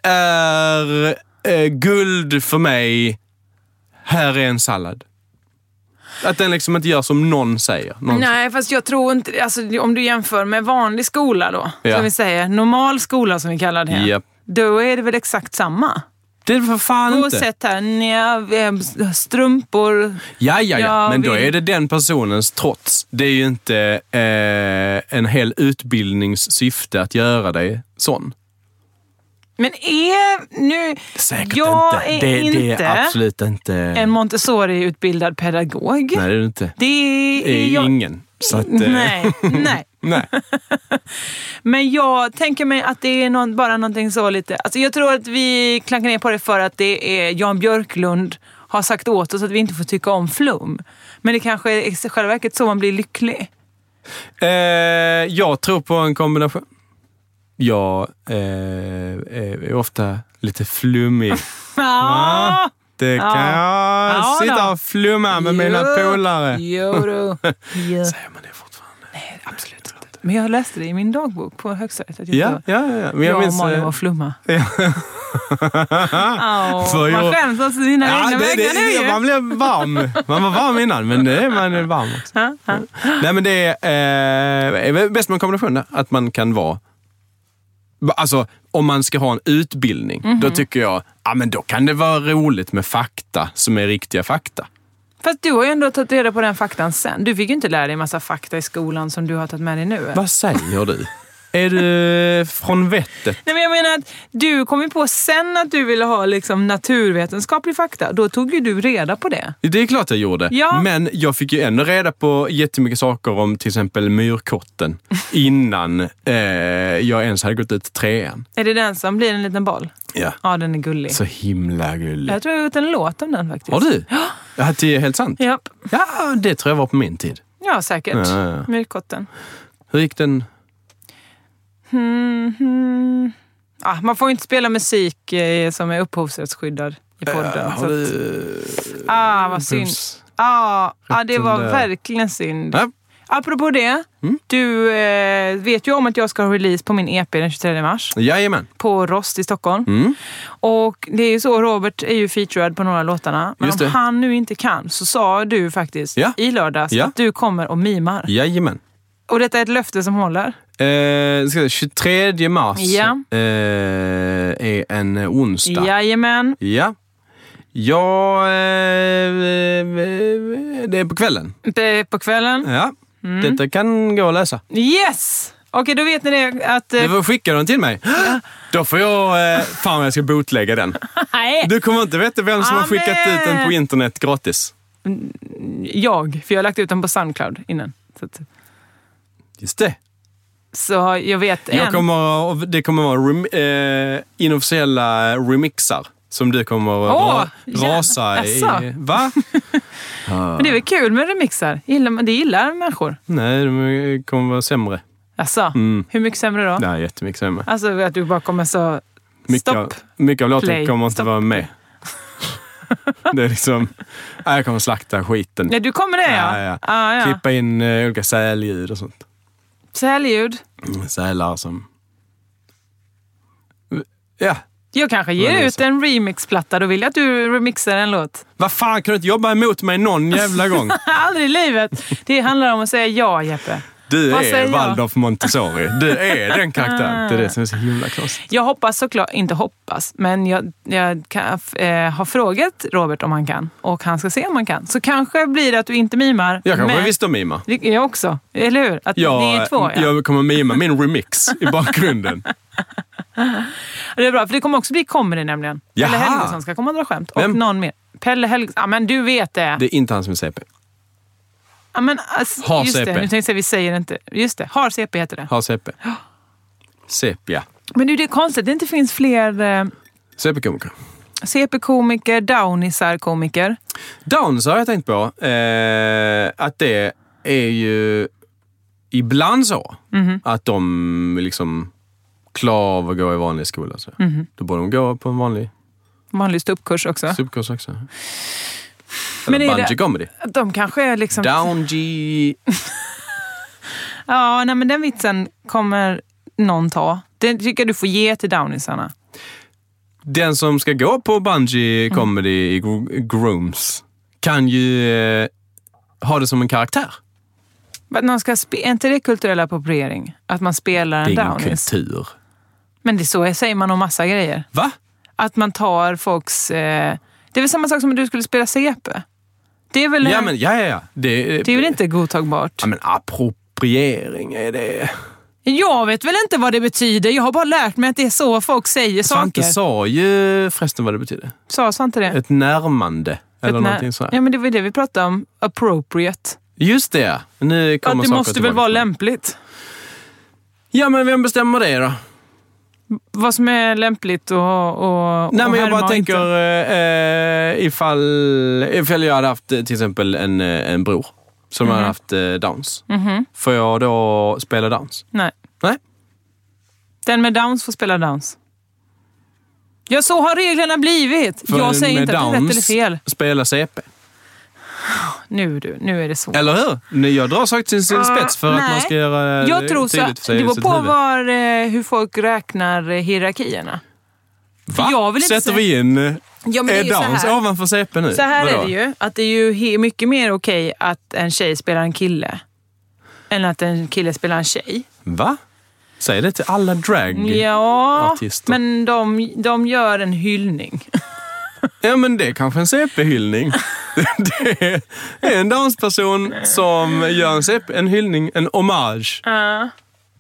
är eh, guld för mig. Här är en sallad. Att den liksom inte gör som någon säger. Någon Nej, fast jag tror inte... Alltså, om du jämför med vanlig skola då, Ja. som vi säger, normal skola som vi kallar det. här, Japp. Då är det väl exakt samma? Det är för fan På inte. sätt här, nja, eh, strumpor. Ja, ja, ja. Jag Men då vill- är det den personens trots. Det är ju inte eh, en hel utbildningssyfte att göra dig sån. Men är nu... Säkert jag inte. är det, inte det är absolut inte... en Montessori-utbildad pedagog. Nej, det är du inte. Det är, Det är jag... ingen. Så att, eh, Nej, nej. nej. Men jag tänker mig att det är någon, bara någonting så lite... Alltså jag tror att vi klankar ner på det för att det är Jan Björklund har sagt åt oss att vi inte får tycka om flum. Men det kanske är i själva verket så man blir lycklig. Eh, jag tror på en kombination. Jag eh, är ofta lite flummig. Ja, Det kan jag Ah. Ja sitta då. och flumma med mina Jo. polare. Jo, då. Jo. Nej, men det är fortfarande... Absolut inte. Men jag läste det i min dagbok på högstadiet. Att jag Ja, tror- ja, ja. Men jag jag och minns... Malin eh, var flumma. Åh, För jag- man skäms åt sina Ja, egna det, väggar det, nu man ju. blev varm. Man var varm innan, men nu är man varm också. Ja, ja. Nej, men det är eh, är bäst med en kombination där. Att man kan vara... Alltså, om man ska ha en utbildning, då Mhm. tycker jag ja, men då kan det vara roligt med fakta som är riktiga fakta. Fast du har ju ändå tagit reda på den faktan sen. Du fick ju inte lära dig massa fakta i skolan som du har tagit med dig nu. Vad säger du? Är du från vettet? Nej, men jag menar att du kom ju på sen att du ville ha liksom naturvetenskaplig fakta. Då tog ju du reda på det. Det är klart jag gjorde. Ja. Men jag fick ju ändå reda på jättemycket saker om till exempel myrkotten innan eh, jag ens hade gått ut trean. Är det den som blir en liten boll? Ja. Ja, den är gullig. Så himla gullig. Jag tror jag har gjort en låt om den faktiskt. Har du? Ja. Det är helt sant? Japp. Ja, det tror jag var på min tid. Ja, säkert. Ja, ja, ja. Myrkotten. Hur gick den? Ah, man får ju inte spela musik eh, som är upphovsrättsskyddad i podden. så Äh, Har att- du... Ah, vad synd. Bums. Ja, ja, det Rätten var där. Äh? Mm. verkligen synd. Ja. Apropå det, du eh, vet ju om att jag ska ha release på min EP den 23 mars Jajamän. Mm, på Rost i Stockholm. Och det är ju så, Robert är ju featured på några av låtarna. Men Just om det. han nu inte kan så sa du faktiskt Ja. i lördags Ja. att du kommer och mimar. Jajamän. Och detta är ett löfte som håller. Eh, ska vi se, 23 mars Ja. eh, är en onsdag. Jajamän. Ja. Ja, eh, eh, det är på kvällen. Det är på kvällen. Ja. Mm. Detta kan gå att läsa. Yes! Okej, då vet ni det att... eh, Du får skicka den till mig. Då får jag... Eh, fan vad jag ska botlägga den. Nej, Du kommer inte veta vem som har Amen. skickat ut den på internet gratis. jag. För jag har lagt ut den på Soundcloud innan. Så, att, Just det. så jag vet en. Jag kommer, det kommer vara rem, eh, inofficiella remixar som du kommer Åh, ra, jävlar. rasa i. Asså. Va? Men det är väl kul med remixar? Gillar, man- det gillar människor. Nej, de kommer vara sämre. Alltså, Mm. hur mycket sämre då? Nej, jättemycket sämre. Alltså att du bara kommer så... Mycket, av- Stopp. mycket av låten Play. kommer inte Stopp. vara med. Det är liksom... Nej, jag kommer slakta skiten. Ja, du kommer det ja. Ja, ja. Ah, ja. Klippa in eh, olika sälljud och sånt. Mm, Säljud. Sälar som... Ja. Jag kanske ger Men det är ut så. en remixplatta. Då vill jag att du remixar en låt. Vad fan, kan du inte jobba emot mig någon jävla gång? Aldrig i livet. Det handlar om att säga ja, Jeppe. Du Vad säger är jag? Ah. Waldorf Montessori. Du är den karaktären. Det är det som är så himla konstigt. Jag hoppas såklart, inte hoppas, men jag, jag kan, eh, har frågat Robert om han kan och han ska se om han kan. Så kanske blir det att du inte mimar. Jag kanske men, visste om mima. Det- Jag också, eller hur? Att Jag, ni är två. Ja. jag kommer mima min remix i bakgrunden. Det är bra, för det kommer också bli comedy nämligen. Pelle Jaha. Helgesson ska komma och dra skämt. Och Vem? någon mer. Pelle Helgesson. Ja, men du vet det. Det är inte han som är CP. ja, men, ass, Har just det. CP. Nu tänkte jag säga, vi säger inte. Just det, Har CP heter det. Har CP. Sepia. Men du, det är konstigt att det inte finns fler eh, CP-komiker. CP-komiker, Downisar-komiker. Downs har jag tänkt på. Eh, att det är ju ibland så Mhm. att de liksom klarar av att gå i vanlig skola. Så. Mhm. Då borde de gå på en vanlig Vanlig ståuppkurs också. subkurs också. Men Eller är det- bungee comedy. De kanske är liksom... Down G... Ja, nej, men den vitsen kommer någon ta. Den tycker jag du får ge till Downisarna. Den som ska gå på bungee Mm. comedy i Gro- Grooms kan ju eh, ha det som en karaktär. Att någon ska spe- är inte det kulturell appropriering? Att man spelar Det är en ingen Downis? kultur. Men det är så säger man om massa grejer. Va? Att man tar folks... Eh, det är väl samma sak som om du skulle spela CP? Det är väl, Ja, men ja, ja, ja. Det, det är väl inte godtagbart? Ja, men appropriering är det... Jag vet väl inte vad det betyder. Jag har bara lärt mig att det är så folk säger Svante saker. sa ju förresten vad det betyder. Sa Svante det? Ett närmande. Eller Att när- någonting sånt. Ja, men det var det vi pratade om. Appropriate. Just det. Nu kommer att det saker måste väl tillbaka. vara lämpligt? Ja, men vem bestämmer det då? Vad som är lämpligt och, och Nej, och men jag härma bara och inte. tänker eh, eh, ifall, ifall jag hade haft eh, till exempel en, eh, en bror som Mhm. hade haft eh, downs. Får jag då spela downs? Nej. Nej. Den med downs får spela downs. Ja, så har reglerna blivit. Får jag säger med inte att det är rätt eller fel. Spela CP. Nu du, nu är det svårt. Eller hur? Nu, Jag drar saker till sin spets för att Ah, nej. man ska göra eh, Jag tror så, tydligt för sig det i beror sitt på huvud. var, eh, hur folk räknar eh, hierarkierna. Va? jag vill inte Sätter säga- vi in eh, Ja, eh, downs ovanför CP nu? Så här Vadå? är det ju, att det är ju he- mycket mer okej att en tjej spelar en kille än att en kille spelar en tjej. Va? Säg det till alla drag. Ja, artister. men de, de gör en hyllning. Ja, men det är kanske en CP-hyllning. det är en dansperson som gör en, CP, en hyllning, en hommage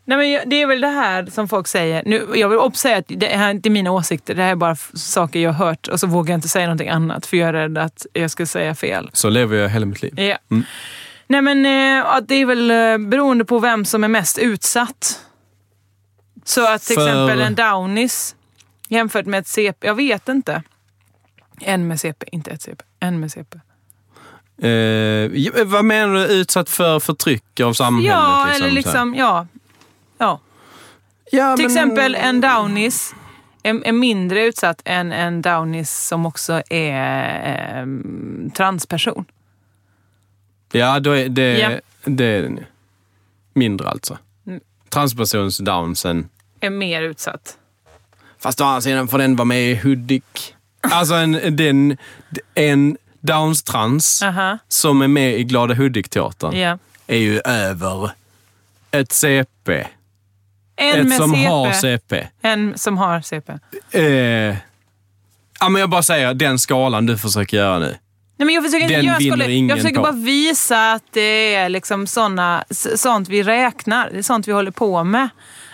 Nej, men jag- det är väl det här som folk säger. Nu, jag vill också säga att det här är inte mina åsikter. Det här är bara f- saker jag har hört och så vågar jag inte säga någonting annat för jag är rädd att jag ska säga fel. Så lever jag hela mitt liv. Ja. Nej, men eh, att det är väl eh, beroende på vem som är mest utsatt. Så att till För- exempel en Downies jämfört med ett CP. Jag vet inte. En med CP, inte ett CP. En med CP. Eh, ja, vad menar du? Utsatt för förtryck av samhället? Ja, liksom, eller så här? liksom, ja. ja. Ja, Till men- eh, exempel en Downies är, är mindre utsatt än en Downies som också är eh, transperson. Ja, då är det, Ja. Mm. det är den ju. Mindre alltså. Transpersons downsen. Är mer utsatt. Fast å andra sidan får den vara med i Hudik. Alltså en, den, en downstrans Aha. som är med i Glada Hudik-teatern Ja. är ju över ett CP. En ett med som CP. har CP. En som har CP. Eh, ja, men jag bara säger den skalan du försöker göra nu. Nej, men jag försöker inte Den göra vinner skala. ingen Jag försöker på. bara visa att det är liksom såna, s- sånt vi räknar. Det är sånt vi håller på med.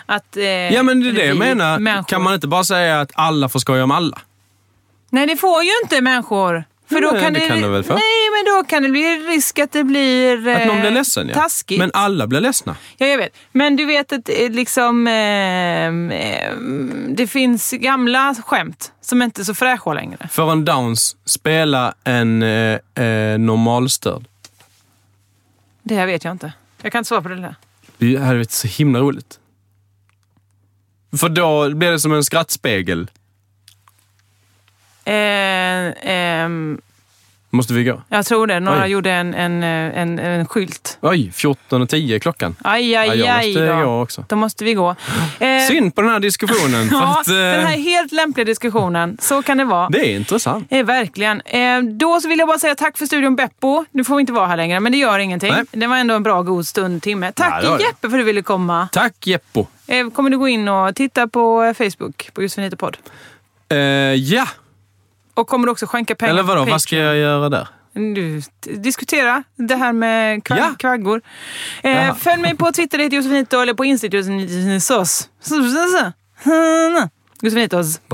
Att, eh, Ja, men det är det jag vi menar. människor- Kan man inte bara säga att alla får skoja om alla? Nej, det får ju inte människor. För då Nej, kan det det, kan de väl få. Nej, men då kan det bli risk att det blir Att någon eh, blir ledsen, ja. taskigt. Men alla blir ledsna. Ja, jag vet. Men du vet att eh, liksom, ehm, ehm, det finns gamla skämt som inte är så fräscha längre. För en downs, spela en eh, eh, normalstörd. Det här vet jag inte. Jag kan inte svara på det där. Det hade varit så himla roligt. För då blir det som en skrattspegel. Eh, ehm, Måste vi gå? jag tror det. Några Oj. gjorde en, en, eh, en, en skylt. Oj, 14.10 är klockan. Aj, aj, Ja, aj. jag måste då. gå också. Då måste vi gå. Eh, Synd på den här diskussionen. för Ja, att, eh, den här helt lämpliga diskussionen. Så kan det vara. Det är intressant. Eh, verkligen. Eh, då så vill jag bara säga tack för studion Beppo. Nu får vi inte vara här längre, men det gör ingenting. Nej. Det var ändå en bra god stund, timme. Ja, Tack det var det. Jeppe för att du ville komma. Tack Jeppo. Eh, kommer du gå in och titta på eh, Facebook, på Josefin Hito podd? Eh, ja, Och kommer du också skänka pengar? eller vadå? på Vad ska jag göra där? Patreon? Du, t- diskutera det här med kvag- Ja. kvaggor. Eh, Jaha. följ mig på Twitter, det heter Josefin Hito, eller på Instagram, Josefinitos på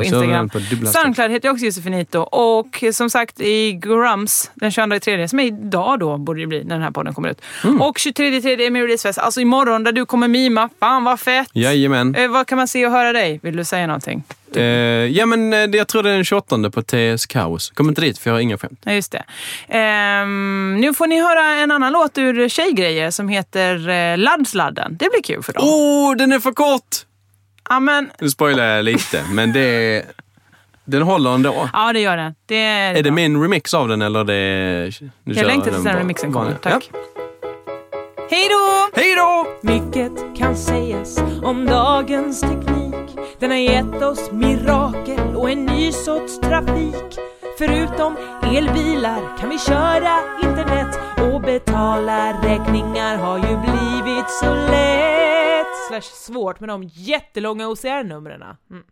Jag kör den Instagram. på dubbla streck. Soundcloud heter jag också Josefinito. Och eh, som sagt i Grums den 22 3 som är idag då borde det bli när den här podden kommer ut. Mm. Och 23 3 är min releasefest, alltså imorgon där du kommer mima. Fan vad fett! Jajamän. Eh, vad kan man se och höra dig? Vill du säga någonting? Eh, ja, men eh, det- jag tror det är den 28 på TS Kaos. Kom inte dit för jag har inga skämt. Ja, just det. Ehm, nu får ni höra en annan låt ur Tjejgrejer som heter eh, Laddsladden. Det blir kul för dem. Åh, oh, den är för kort! Amen. Nu spoilar jag lite, men det är... Den håller ändå. Ja, det gör den. Det är, Är det bra. min remix av den eller är det... Nu kör Jag längtar tills bara- den remixen kommer. Ja. Tack. Hej då! Hej då! Mycket kan sägas om dagens teknik. Den har gett oss mirakel och en ny sorts trafik. Förutom elbilar kan vi köra internet och betala räkningar har ju blivit så lätt. Slash svårt med de jättelånga OCR-numren. Mm.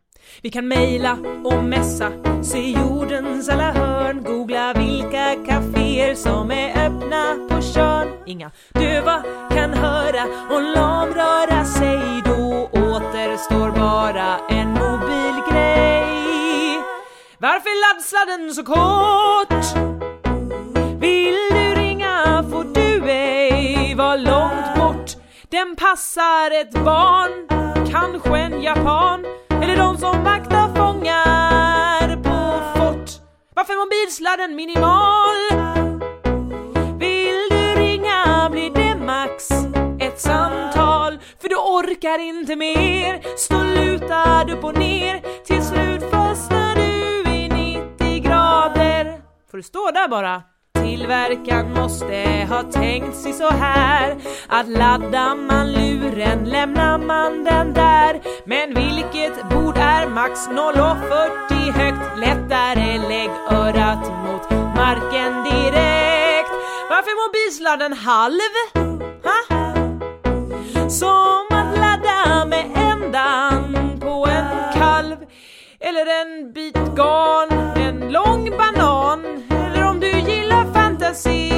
Vi kan mejla och messa, se jordens alla hörn, googla vilka kaféer som är öppna på Tjörn. Inga döva kan höra och lamröra sig, då återstår bara en mobilgrej. Varför är laddsladden så kort? Vill du ringa får du ej vara långt bort Den passar ett barn, kanske en japan Eller de som vaktar fångar på fort Varför är mobilsladden minimal? Vill du ringa blir det max ett samtal För du orkar inte mer Stå lutad upp och ner Till slut fastnar du i 90 grader Får du stå där bara Tillverkaren måste ha tänkt sig så här Att laddar man luren lämnar man den där Men vilket bord är max 0,40 högt? Lättare lägg örat mot marken direkt Varför är mobilsladden halv? Ha? Som att ladda med ändan på en kalv Eller en bit garn, en lång banan Eller om du gillar fantasy,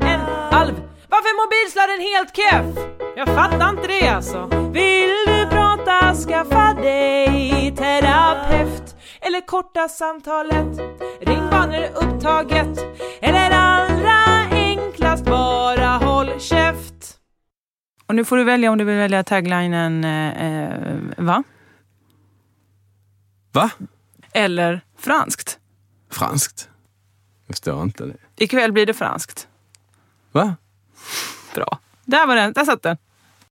en alv Varför är gör mobilsladden en helt keff. Jag fattar inte det alltså. Vill du prata, skaffa dig terapeut. Eller korta samtalet. Ring bara när det är upptaget. Eller allra enklast, bara håll käft. Och nu får du välja om du vill välja taglinen eh, eh, va? Va? Eller franskt. Franskt? Jag förstår inte det. Ikväll blir det franskt. Va? Bra. Där var den, där satt den.